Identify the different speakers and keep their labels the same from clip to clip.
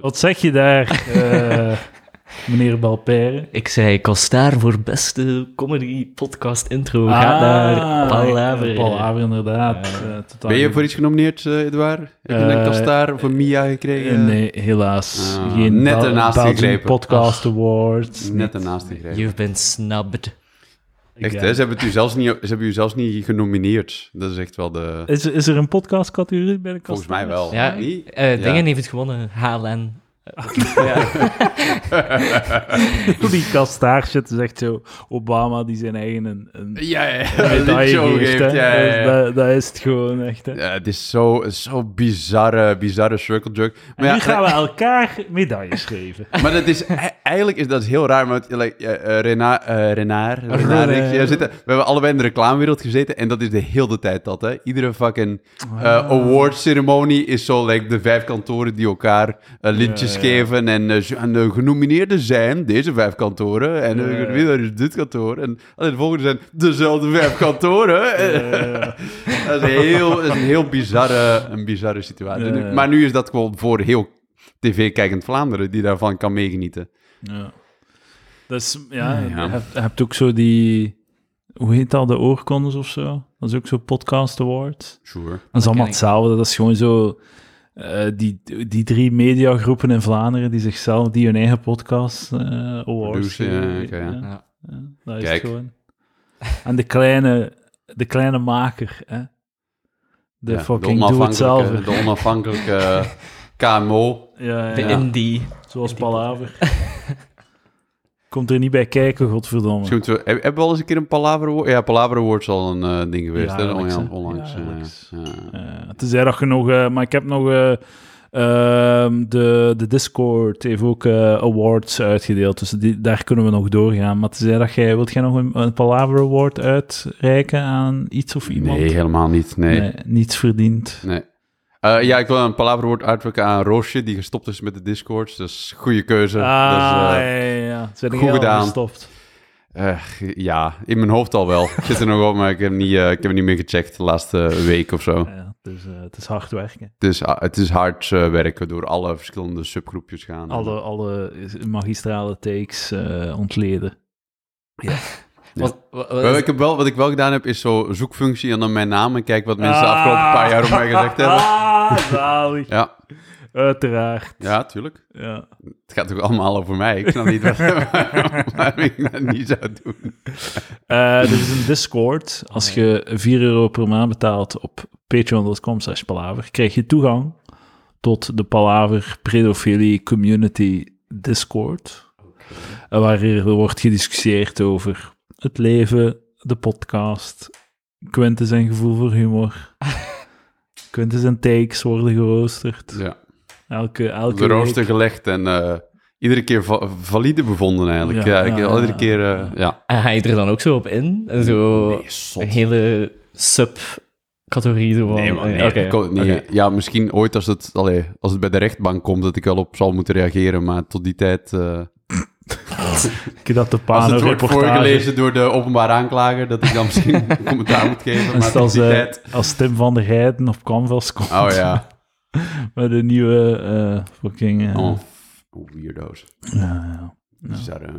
Speaker 1: Wat zeg je daar, eh, meneer Balpère?
Speaker 2: Ik zei Costaar voor beste comedy podcast intro. Ga
Speaker 1: Ah,
Speaker 2: naar Palaver.
Speaker 1: Palaver, inderdaad.
Speaker 2: Ah, Ja.
Speaker 1: Eh, totaal
Speaker 3: Ben je
Speaker 1: niet.
Speaker 3: voor iets genomineerd, eh Edouard? Heb je
Speaker 1: Eh,
Speaker 3: een Kastar voor Mia
Speaker 1: Eh,
Speaker 3: gekregen?
Speaker 1: Nee, helaas.
Speaker 3: Ah,
Speaker 1: Geen
Speaker 3: net
Speaker 1: Bel-
Speaker 3: ernaast
Speaker 1: Belgian
Speaker 3: gegrepen. Ah.
Speaker 1: Podcast Awards.
Speaker 3: Net ernaast gekregen.
Speaker 2: You've been snubbed.
Speaker 3: Echt, hè? Ze
Speaker 1: eh,
Speaker 3: hebben, het u zelfs niet, ze hebben u zelfs niet genomineerd. Dat is echt wel de...
Speaker 1: Is, is er een podcastcategorie bij de
Speaker 3: Volgens mij wel.
Speaker 2: Ja,
Speaker 3: Niet?
Speaker 2: eh,
Speaker 3: Ja.
Speaker 2: Dingen heeft het gewonnen. HLN.
Speaker 1: wel. Die kastaar shit is echt zo... Obama die zijn eigen een, een
Speaker 3: Ja, ja.
Speaker 1: een medaille
Speaker 3: show
Speaker 1: geeft.
Speaker 3: geeft,
Speaker 1: hè.
Speaker 3: ja, ja,
Speaker 1: Dus
Speaker 3: ja.
Speaker 1: dat, dat is het gewoon echt. Hè.
Speaker 3: Ja, het is zo, zo bizarre, bizarre circle jerk. Maar,
Speaker 1: En
Speaker 3: ja, eh,
Speaker 1: nu gaan we elkaar medailles geven.
Speaker 3: maar dat is, e- eigenlijk is dat heel raar. Want like, eh, eh, Rena- eh, Renard, eh, Renard,
Speaker 1: Renard.
Speaker 3: ik- ja, zitten, we hebben allebei in de reclamewereld gezeten. En dat is de hele tijd dat. Hè. Iedere fucking eh
Speaker 1: Ah.
Speaker 3: award ceremonie is zo like, de vijf kantoren die elkaar eh, lintjes
Speaker 1: Ja, ja.
Speaker 3: geven. En, eh, zo- en de genomineerden zijn deze vijf kantoren. En
Speaker 1: Ja,
Speaker 3: eh,
Speaker 1: ja.
Speaker 3: de winnaar is dit kantoor. En alleen de volgende zijn dezelfde vijf kantoren.
Speaker 1: Eh,
Speaker 3: Dat is, heel, dat is een heel bizarre, een bizarre situatie.
Speaker 1: Ja, ja.
Speaker 3: Maar nu is dat gewoon voor heel tv-kijkend Vlaanderen die daarvan kan meegenieten.
Speaker 1: ja. Dus ja,
Speaker 3: Ja.
Speaker 1: Je, hebt, je hebt ook zo die... Hoe heet dat? De oorkondes of zo? Dat is ook zo'n podcast award.
Speaker 3: Sure.
Speaker 1: Dat is allemaal
Speaker 2: ken ik.
Speaker 1: hetzelfde. Dat is gewoon zo. eh, die, die drie mediagroepen in Vlaanderen die zichzelf, die hun eigen podcast eh awards
Speaker 3: Produceren,
Speaker 1: geven.
Speaker 3: ja, oké, ja.
Speaker 2: Ja.
Speaker 1: dat is
Speaker 3: Kijk.
Speaker 1: het gewoon. En de kleine, de kleine maker, hè? De
Speaker 3: Ja,
Speaker 1: fucking doe het zelf.
Speaker 3: onafhankelijke- De onafhankelijke eh, KMO.
Speaker 1: Ja, ja,
Speaker 2: De
Speaker 1: ja.
Speaker 2: indie.
Speaker 1: zoals Palaver. Komt er niet bij kijken, godverdomme.
Speaker 3: Misschien moeten we- heb- hebben we al eens een keer een Palaver Award? Ja, Palaver Award is al een eh, ding geweest.
Speaker 1: Ja,
Speaker 3: hè,
Speaker 1: Alex,
Speaker 3: onlangs.
Speaker 1: hè.
Speaker 3: onlangs,
Speaker 1: Ja,
Speaker 3: eh,
Speaker 1: Alex.
Speaker 3: ja.
Speaker 1: Eh, tenzij dat je nog... eh, maar ik heb nog... eh, ehm, de, de Discord heeft ook eh, awards uitgedeeld. Dus die, daar kunnen we nog doorgaan. Maar tenzij dat jij... eh, Wilt jij nog een, een Palaver Award uitreiken aan iets of iemand?
Speaker 3: Nee, helemaal niet. Nee.
Speaker 1: Nee, niets verdiend.
Speaker 3: Nee. Eh, ja, ik wil een Palaver Award uitwerken aan Roosje, die gestopt is met de Discords. Dus goede keuze. Dus, eh,
Speaker 1: Ah, ja, ja, ja. Zijn
Speaker 3: goed gedaan.
Speaker 1: Gestopt.
Speaker 3: Eh, ja, in mijn hoofd al wel. Ik zit er nog op, maar ik heb, niet, eh, ik heb het niet meer gecheckt de laatste week of zo.
Speaker 1: Ja, dus eh, het is hard werken.
Speaker 3: Dus ah, het is hard eh, werken door alle verschillende subgroepjes gaan.
Speaker 1: Alle, alle magistrale takes eh, ontleden.
Speaker 2: Wat, wat- wat
Speaker 3: Maar
Speaker 2: is-
Speaker 3: ik heb wel, wat ik wel gedaan heb, is zo zoekfunctie en dan mijn naam en kijk wat mensen de
Speaker 1: Ah.
Speaker 3: afgelopen paar jaar op mij gezegd hebben.
Speaker 1: Ah, zalig.
Speaker 3: Ja,
Speaker 1: Uiteraard.
Speaker 3: ja, tuurlijk.
Speaker 1: Ja.
Speaker 3: Het gaat ook allemaal over mij. Ik snap niet wat- waarom ik dat niet zou doen.
Speaker 1: Eh, er is een Discord. Als je 4 euro per maand betaalt op patreon.com slash palaver, krijg je toegang tot de Palaver Predofilie Community Discord. Eh, Waar er wordt gediscussieerd over het leven, de podcast, Quinten zijn gevoel voor humor. Quinten zijn takes worden geroosterd.
Speaker 3: Ja.
Speaker 1: Elke, elke
Speaker 3: Op de rooster
Speaker 1: week.
Speaker 3: gelegd en eh, iedere keer va- valide bevonden eigenlijk.
Speaker 1: Ja,
Speaker 3: Ja, ik,
Speaker 1: ja, ja,
Speaker 3: iedere
Speaker 1: ja.
Speaker 3: keer, eh, ja.
Speaker 2: En ga je Ah, er dan ook zo op in? En zo
Speaker 3: Nee, zot.
Speaker 2: een hele subcategorie. Zo van-
Speaker 3: Nee, man, nee,
Speaker 2: Oké,
Speaker 3: ik kon het niet.
Speaker 2: oké.
Speaker 3: Ja, misschien ooit als het, allee, als het bij de rechtbank komt, dat ik wel op zal moeten reageren. Maar tot die tijd. eh,
Speaker 1: Ik heb dat de
Speaker 3: als
Speaker 1: Pano
Speaker 3: het wordt
Speaker 1: reportage.
Speaker 3: voorgelezen door de openbaar aanklager, dat ik dan misschien een commentaar moet
Speaker 1: En
Speaker 3: geven. Maar
Speaker 1: stel
Speaker 3: tot
Speaker 2: eh,
Speaker 3: die
Speaker 1: ze-
Speaker 3: tijd.
Speaker 1: Als Tim van der Heijden op Canvas komt.
Speaker 3: Oh ja.
Speaker 1: Met de nieuwe eh fucking... eh,
Speaker 3: Oh, f- weirdo's.
Speaker 1: ja, ja.
Speaker 3: Bizarre.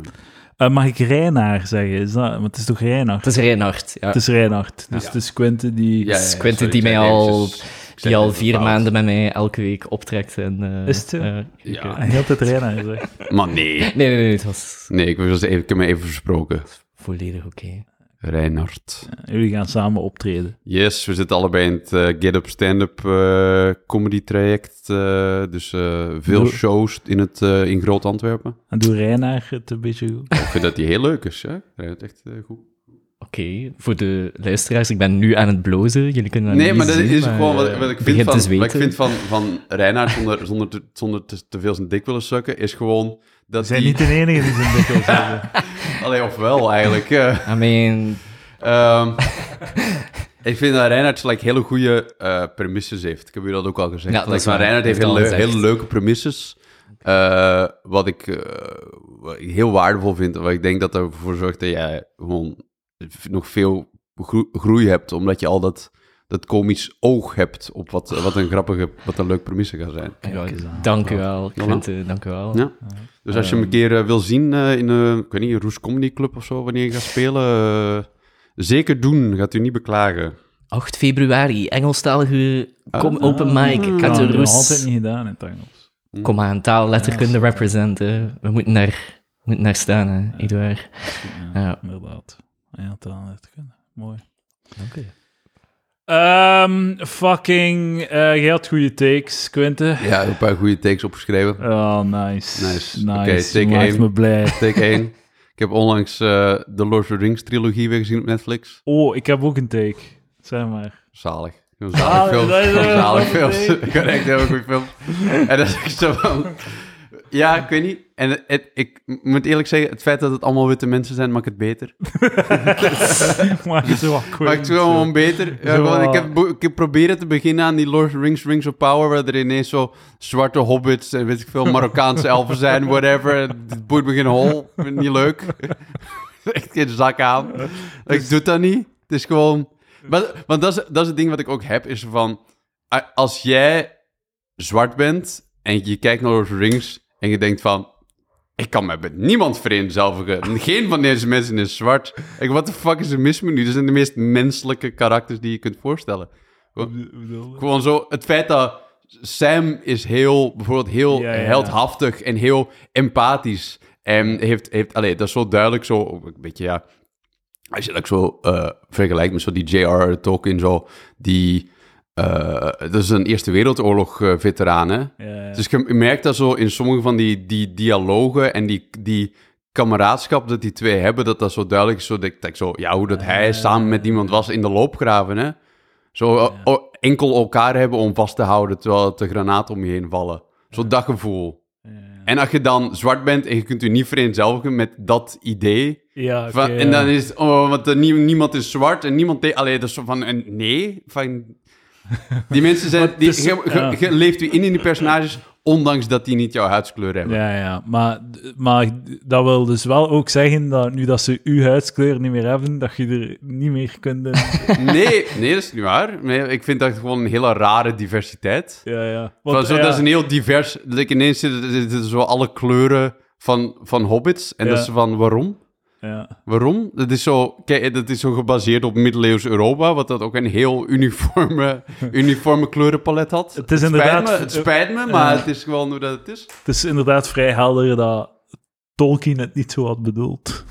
Speaker 1: Eh, mag ik Reinaar zeggen? Is dat, want het is toch Reinaard?
Speaker 2: Het is Reinhard. Ja.
Speaker 1: Het is Reinhard. Dus
Speaker 3: Ja.
Speaker 1: het is Quinten die...
Speaker 3: Ja, ja,
Speaker 2: is Quentin
Speaker 3: sorry,
Speaker 2: die mij
Speaker 3: ik zei het
Speaker 2: al-
Speaker 3: eventjes- ik zei
Speaker 2: Die
Speaker 3: het
Speaker 2: al
Speaker 3: even
Speaker 2: vier
Speaker 3: fout.
Speaker 2: maanden met mij elke week optrekt. En, eh,
Speaker 1: Is het zo?
Speaker 2: eh,
Speaker 3: Ja.
Speaker 1: En heel de tijd Reinaar zegt.
Speaker 3: Maar nee.
Speaker 2: nee, nee, nee, het was
Speaker 3: Nee, ik, was even, ik heb me even versproken.
Speaker 2: volledig oké.
Speaker 3: Reinhard.
Speaker 1: Jullie gaan samen optreden.
Speaker 3: Yes, we zitten allebei in het eh, Get Up Stand-Up eh, comedy traject. eh, dus eh, veel
Speaker 1: Doe-
Speaker 3: shows in, het, eh, in Groot Antwerpen.
Speaker 1: En doe Reinaar het een beetje goed.
Speaker 3: Ik vind dat die heel leuk is, hè? Ik vind het echt eh, goed.
Speaker 2: Oké, voor de luisteraars, ik ben nu aan het blozen. Jullie kunnen dat
Speaker 3: Nee,
Speaker 2: niet
Speaker 3: maar dat
Speaker 2: zien,
Speaker 3: is
Speaker 2: maar,
Speaker 3: gewoon wat,
Speaker 2: eh,
Speaker 3: wat ik vind
Speaker 2: begint te
Speaker 3: van,
Speaker 2: zweten.
Speaker 3: wat ik vind van, van Reinhard zonder, zonder, te, zonder te, te veel zijn dik willen sukken, is gewoon dat
Speaker 1: zijn
Speaker 3: die...
Speaker 1: niet de enige die zijn dik wil zeggen.
Speaker 3: Allee, of wel eigenlijk. eh,
Speaker 2: I mean,
Speaker 3: ehm, ik vind dat Reinhard like, hele goede eh, premises heeft. Ik heb u dat ook al gezegd.
Speaker 2: Ja, dat
Speaker 3: Like,
Speaker 2: is
Speaker 3: maar
Speaker 2: waar.
Speaker 3: Reinhard heeft
Speaker 2: Heeft
Speaker 3: hele,
Speaker 2: al
Speaker 3: leu-
Speaker 2: gezegd.
Speaker 3: hele leuke premises. eh, wat, ik, eh, wat ik heel waardevol vind. Wat ik denk dat ervoor zorgt dat jij gewoon nog veel groe- groei hebt. Omdat je al dat, dat komisch oog hebt op wat, wat een grappige, wat een leuk premisse kan zijn.
Speaker 2: Ja,
Speaker 1: eens aan.
Speaker 2: dank u wel,
Speaker 3: Ja.
Speaker 2: Quinten, dank u wel.
Speaker 3: Ja. Dus als je
Speaker 2: Ehm.
Speaker 3: hem een keer eh, wil zien eh, in een, ik weet niet, een Roes Comedy Club of zo, wanneer je gaat spelen, eh, zeker doen. Gaat u niet beklagen.
Speaker 2: 8 februari, Engelstalige
Speaker 3: Ah.
Speaker 2: kom, open mic. Ik had
Speaker 1: Ja,
Speaker 2: de
Speaker 1: dat nog altijd
Speaker 2: roes.
Speaker 1: niet gedaan in het Engels.
Speaker 2: Kom aan, taal, letterkunde representen. We moeten daar, we moeten daar staan, hè, Eduard.
Speaker 1: Ja,
Speaker 2: Ja.
Speaker 1: inderdaad. Ja, het aan het kunnen. Mooi.
Speaker 2: Dank u.
Speaker 1: Ehm, fucking, eh jij had goede takes, Quinten.
Speaker 3: Ja, ik heb een paar goede takes opgeschreven.
Speaker 1: Oh, nice.
Speaker 3: Nice.
Speaker 1: Nice.
Speaker 3: Oké, take
Speaker 1: Je maakt
Speaker 3: aim.
Speaker 1: me blij.
Speaker 3: Take 1. Ik heb onlangs eh de Lord of the Rings trilogie weer gezien op Netflix.
Speaker 1: Oh, ik heb ook een take. Zeg maar.
Speaker 3: Zalig. Een
Speaker 1: Ah,
Speaker 3: zalig film.
Speaker 1: dat is
Speaker 3: Een
Speaker 1: een
Speaker 3: zalig
Speaker 1: goede
Speaker 3: film.
Speaker 1: take.
Speaker 3: Ik had echt een heel goede film. En dat is echt zo van... Ja, ik weet niet. En het, het- ik moet eerlijk zeggen, het feit dat het allemaal witte mensen zijn, maakt het beter.
Speaker 1: Maakt het wel goed.
Speaker 3: Maakt het gewoon beter. Ja,
Speaker 1: Zo,
Speaker 3: gewoon,
Speaker 1: eh,
Speaker 3: ik, heb, bo- ik probeer te beginnen aan die Lord of the Rings, Rings of Power, waar er ineens zo zwarte hobbits en weet ik veel, Marokkaanse elfen zijn, whatever. Het boeit me geen hol. Ik vind het niet leuk. Echt geen zak aan. Ik doe dat niet. Het is gewoon... Maar, want dat is, dat is het ding wat ik ook heb, is van... a- Als jij zwart bent en je kijkt naar Lord of the Rings en je denkt van... Ik kan me met niemand vereenzelvigen. Geen van deze mensen is zwart. Ik, wat de fuck is er mis met nu? Dit zijn de meest menselijke karakters die je kunt voorstellen. Gewoon zo, het feit dat Sam is heel, bijvoorbeeld heel
Speaker 1: Ja, ja, ja.
Speaker 3: heldhaftig en heel empathisch. En heeft, heeft allee, dat is zo duidelijk zo, ook een beetje ja, als je dat ook zo eh, vergelijkt met zo die J.R.R. Tolkien zo, die, eh, dat is een Eerste Wereldoorlog eh, veteraan hè?
Speaker 1: Ja, ja.
Speaker 3: Dus je merkt dat zo in sommige van die, die dialogen en die, die kameraadschap dat die twee hebben, dat dat zo duidelijk is. Zo, dat, ik- dat ik zo, ja, hoe dat hij samen met iemand was in de loopgraven, hè. Zo eh, o- enkel elkaar hebben om vast te houden terwijl de granaten om je heen vallen. Zo'n dat gevoel. En als je dan zwart bent en je kunt je niet vereenzelvigen met dat idee...
Speaker 1: Ja, oké,
Speaker 3: van- en
Speaker 1: ja.
Speaker 3: dan is het, oh, want er nie- niemand is zwart en niemand... deed- Allee, dat is zo van, en nee, van... Die mensen zijn... Die,
Speaker 1: het is-
Speaker 3: ge- ge-
Speaker 1: ja.
Speaker 3: ge- leeft u in in die personages, ondanks dat die niet jouw huidskleur hebben.
Speaker 1: Ja, ja, maar, maar dat wil dus wel ook zeggen dat nu dat ze uw huidskleur niet meer hebben, dat je er niet meer kunt in.
Speaker 3: Nee, nee, dat is niet waar. Nee, ik vind dat gewoon een hele rare diversiteit.
Speaker 1: Ja, ja. Want,
Speaker 3: Van zo,
Speaker 1: ja,
Speaker 3: Dat is een heel divers... Like, ineens zitten zitten zo alle kleuren van, van hobbits. En
Speaker 1: Ja.
Speaker 3: dat is van, waarom?
Speaker 1: ja.
Speaker 3: Waarom? Dat is zo, kijk, dat is zo gebaseerd op middeleeuws Europa, wat dat ook een heel uniforme, uniforme kleurenpalet had.
Speaker 1: Het is inderdaad-
Speaker 3: Spijt me, het spijt me, maar het is gewoon hoe dat het is.
Speaker 1: Het is inderdaad vrij helder dat Tolkien het niet zo had bedoeld.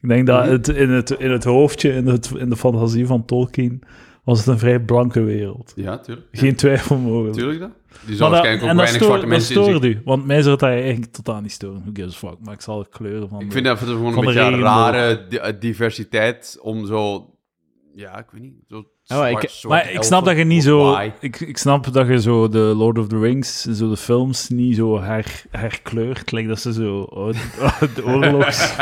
Speaker 1: Ik denk dat het, in, het, in het hoofdje, in, het, in de fantasie van Tolkien, was het een vrij blanke wereld.
Speaker 3: Ja, tuurlijk.
Speaker 1: Geen twijfel mogelijk.
Speaker 3: Tuurlijk dat. Die
Speaker 1: Maar dat,
Speaker 3: zou waarschijnlijk
Speaker 1: en
Speaker 3: ook
Speaker 1: dat,
Speaker 3: weinig
Speaker 1: stoor,
Speaker 3: zwarte
Speaker 1: dat
Speaker 3: mensen in zien.
Speaker 1: stoorde u, want mij zou dat eigenlijk totaal niet storen. Who gives a fuck, maar ik zal de kleuren van...
Speaker 3: Ik
Speaker 1: de-
Speaker 3: vind dat gewoon een
Speaker 1: Van de
Speaker 3: beetje een
Speaker 1: regenboog.
Speaker 3: rare di- eh, diversiteit om zo... Ja, ik weet niet. Zo
Speaker 2: maar ik-
Speaker 3: zwart- zwarte
Speaker 1: Nou, Maar ik snap dat je
Speaker 3: elfen,
Speaker 1: niet zo...
Speaker 3: why?
Speaker 1: Ik, ik snap dat je zo de Lord of the Rings, zo de films, niet zo her, herkleurt. Lijkt dat ze zo oud- oud- oorlogs,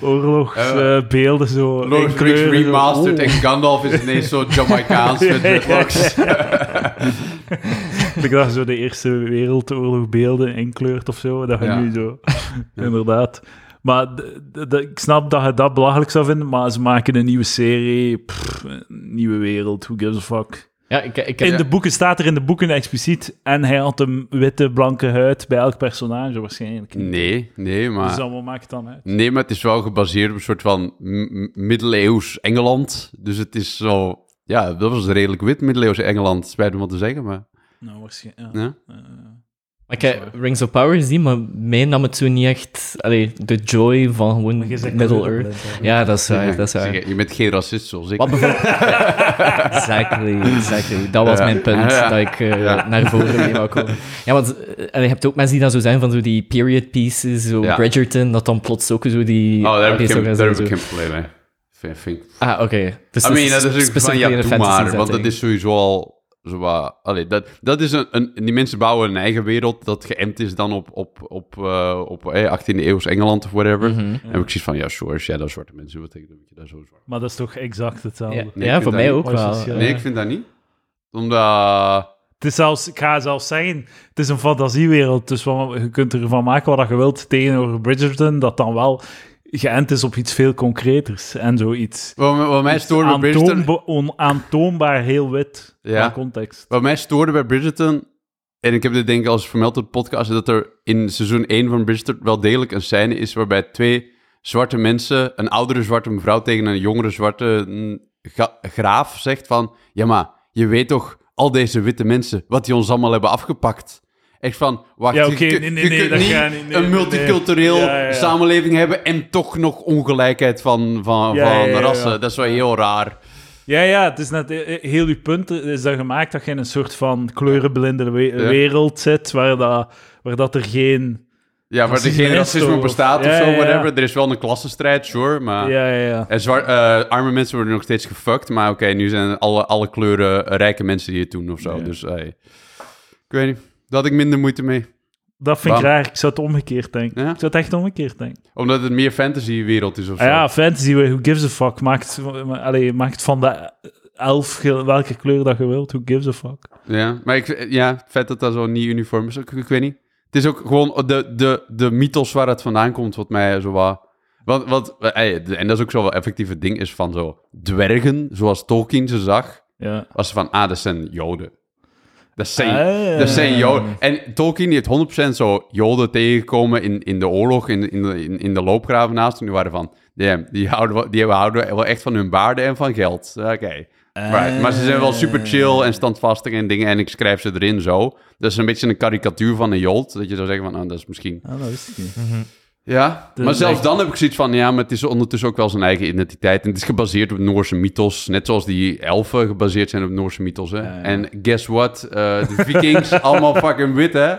Speaker 1: oorlogsbeelden beelden zo
Speaker 3: Lord of the Rings
Speaker 1: inkleuren, zo.
Speaker 3: remastered
Speaker 1: Oh.
Speaker 3: en Gandalf is ineens zo Jamaicaans met
Speaker 1: Ja, ja,
Speaker 3: dreadlocks.
Speaker 1: Ik dacht zo de Eerste Wereldoorlog beelden inkleurt of zo. Dat je
Speaker 3: Ja.
Speaker 1: nu zo... Inderdaad. Maar d- d- d- ik snap dat je dat belachelijk zou vinden, maar ze maken een nieuwe serie. pff, een nieuwe wereld, who gives a fuck.
Speaker 2: Ja, ik, ik heb
Speaker 1: In de boeken staat er in de boeken expliciet. En hij had een witte, blanke huid bij elk personage waarschijnlijk.
Speaker 3: Nee, nee, maar...
Speaker 1: Dus dan, wat maakt het dan uit?
Speaker 3: Nee, maar het is wel gebaseerd op een soort van m- m- middeleeuws Engeland. Dus het is zo... Ja, dat was redelijk wit middeleeuws Engeland. Spijt me wat te zeggen, maar...
Speaker 1: Nou, waarschijnlijk. Ja.
Speaker 3: Ja.
Speaker 2: Ik heb Rings of Power gezien, maar mij nam het zo niet echt... Allee, de joy van gewoon
Speaker 1: je zegt
Speaker 2: Middle
Speaker 1: dat je
Speaker 2: Earth.
Speaker 1: blind bent,
Speaker 2: Ja, dat is waar, dat is waar.
Speaker 3: Zeg, je bent geen racist, zoals ik.
Speaker 2: Wat bijvoorbeeld... exactly, exactly. Dat was
Speaker 3: Ja.
Speaker 2: mijn punt,
Speaker 3: Ja.
Speaker 2: dat ik eh,
Speaker 3: Ja.
Speaker 2: naar voren mee wou komen. Ja, want eh, en je hebt ook mensen die dan zo zijn van zo die period pieces, zo
Speaker 3: Ja.
Speaker 2: Bridgerton, dat dan plots ook zo die...
Speaker 3: Oh, daar heb ik
Speaker 2: die
Speaker 3: geen,
Speaker 2: zo-
Speaker 3: daar heb
Speaker 2: zo-
Speaker 3: ik geen probleem mee. Vind, vind ik...
Speaker 2: Ah, oké. Dus
Speaker 3: I
Speaker 2: dat
Speaker 3: mean, dat is natuurlijk van,
Speaker 2: specifically in
Speaker 3: ja,
Speaker 2: een
Speaker 3: doe
Speaker 2: fantasy
Speaker 3: maar. Want dat
Speaker 2: setting.
Speaker 3: is sowieso al... Zo, wat- allee, dat, dat is een, een... Die mensen bouwen een eigen wereld dat geënt is dan op, op, op, eh, op eh, 18e eeuws Engeland of whatever.
Speaker 2: Mhm.
Speaker 3: En heb ik zoiets van, ja, sure, als jij dat zwarte mensen betekent, dan moet je dat zo zwart.
Speaker 1: Maar dat is toch exact hetzelfde.
Speaker 2: Ja,
Speaker 3: Nee,
Speaker 2: ja,
Speaker 3: ik vind
Speaker 2: voor
Speaker 3: dat
Speaker 2: mij
Speaker 3: niet.
Speaker 2: ook wel.
Speaker 1: Precies, ja.
Speaker 3: Nee, ik vind dat niet. Omdat...
Speaker 1: Het is zelfs, ik ga zelfs zeggen, het is een fantasiewereld. Dus van- je kunt ervan maken wat je wilt tegenover Bridgerton. Dat dan wel geënt is op iets veel concreters en zoiets.
Speaker 3: Wat, wat mij stoorde bij Bridgerton...
Speaker 1: Aantoonba- onaantoonbaar heel wit
Speaker 3: Ja.
Speaker 1: qua context.
Speaker 3: Wat mij stoorde bij Bridgerton, en ik heb dit denk ik al eens vermeld op de podcast, is dat er in seizoen 1 van Bridgerton wel degelijk een scène is waarbij twee zwarte mensen, een oudere zwarte mevrouw tegen een jongere zwarte mm, ga- graaf zegt van, ja maar, je weet toch al deze witte mensen, wat die ons allemaal hebben afgepakt. Echt van, wacht,
Speaker 1: Ja,
Speaker 3: je
Speaker 1: oké,
Speaker 3: kun-
Speaker 1: nee, nee,
Speaker 3: je
Speaker 1: nee,
Speaker 3: kunt
Speaker 1: dat
Speaker 3: niet
Speaker 1: gaat niet, nee, nee,
Speaker 3: een multicultureel
Speaker 1: nee. Ja, ja.
Speaker 3: samenleving hebben en toch nog ongelijkheid van, van,
Speaker 1: Ja,
Speaker 3: van
Speaker 1: ja, ja,
Speaker 3: rassen.
Speaker 1: ja.
Speaker 3: Dat is wel heel raar.
Speaker 1: Ja, ja, het is net eh, eh, heel uw punt eh, is dat gemaakt dat je in een soort van kleurenblinde we-
Speaker 3: Ja.
Speaker 1: wereld zit waar dat, waar dat er geen.
Speaker 3: Ja, waar er
Speaker 1: Racisme
Speaker 3: geen
Speaker 1: is
Speaker 3: racisme
Speaker 1: toch-
Speaker 3: bestaat
Speaker 1: Ja,
Speaker 3: of zo,
Speaker 1: ja, ja.
Speaker 3: whatever. Er is wel een klassenstrijd, sure, maar...
Speaker 1: Ja, ja, ja.
Speaker 3: En zwar- eh, arme mensen worden nog steeds gefucked, maar oké, nu zijn alle, alle kleuren eh, rijke mensen die het doen of zo.
Speaker 1: Ja.
Speaker 3: Dus eh, ik weet niet, daar had ik minder moeite mee.
Speaker 1: Dat vind ik
Speaker 3: Bam.
Speaker 1: raar. Ik zou het omgekeerd denken.
Speaker 3: Ja?
Speaker 1: Ik zou het echt omgekeerd denken.
Speaker 3: Omdat het meer fantasy wereld is of zo.
Speaker 1: Ah ja, fantasy, who gives a fuck? Maakt, allee, maakt van de elf ge- welke kleur dat je wilt. Who gives a fuck?
Speaker 3: Ja, maar ik, ja, het feit dat dat zo niet uniform is, ik, ik weet niet. Het is ook gewoon de, de, de mythos waar het vandaan komt, wat mij zo wat... Want, want, eh, en dat is ook zo wel effectieve ding, is van zo dwergen, zoals Tolkien ze zag,
Speaker 1: Ja.
Speaker 3: was ze van, ah, dat zijn joden. Dat zijn,
Speaker 1: Ah.
Speaker 3: dat zijn joden. En Tolkien die heeft 100% zo joden tegengekomen in, in de oorlog, in, in, de- in, in de loopgraven naast. En die waren van, damn, die houden, wel- die houden wel echt van hun waarde en van geld. Oké. Right. Maar ze zijn wel super chill en standvastig en dingen. En ik schrijf ze erin zo. Dat is een beetje een karikatuur van een jood. Dat je zou zeggen van, oh, dat is misschien...
Speaker 1: Ah, dat wist ik niet.
Speaker 3: Ja,
Speaker 1: Dat
Speaker 3: maar
Speaker 1: is
Speaker 3: zelfs
Speaker 1: echt-
Speaker 3: dan heb ik zoiets van... Ja, maar het is ondertussen ook wel zijn eigen identiteit. En het is gebaseerd op Noorse mythos. Net zoals die elfen gebaseerd zijn op Noorse mythos, hè.
Speaker 1: ja.
Speaker 3: En guess what? Eh, de vikings, allemaal fucking wit, hè.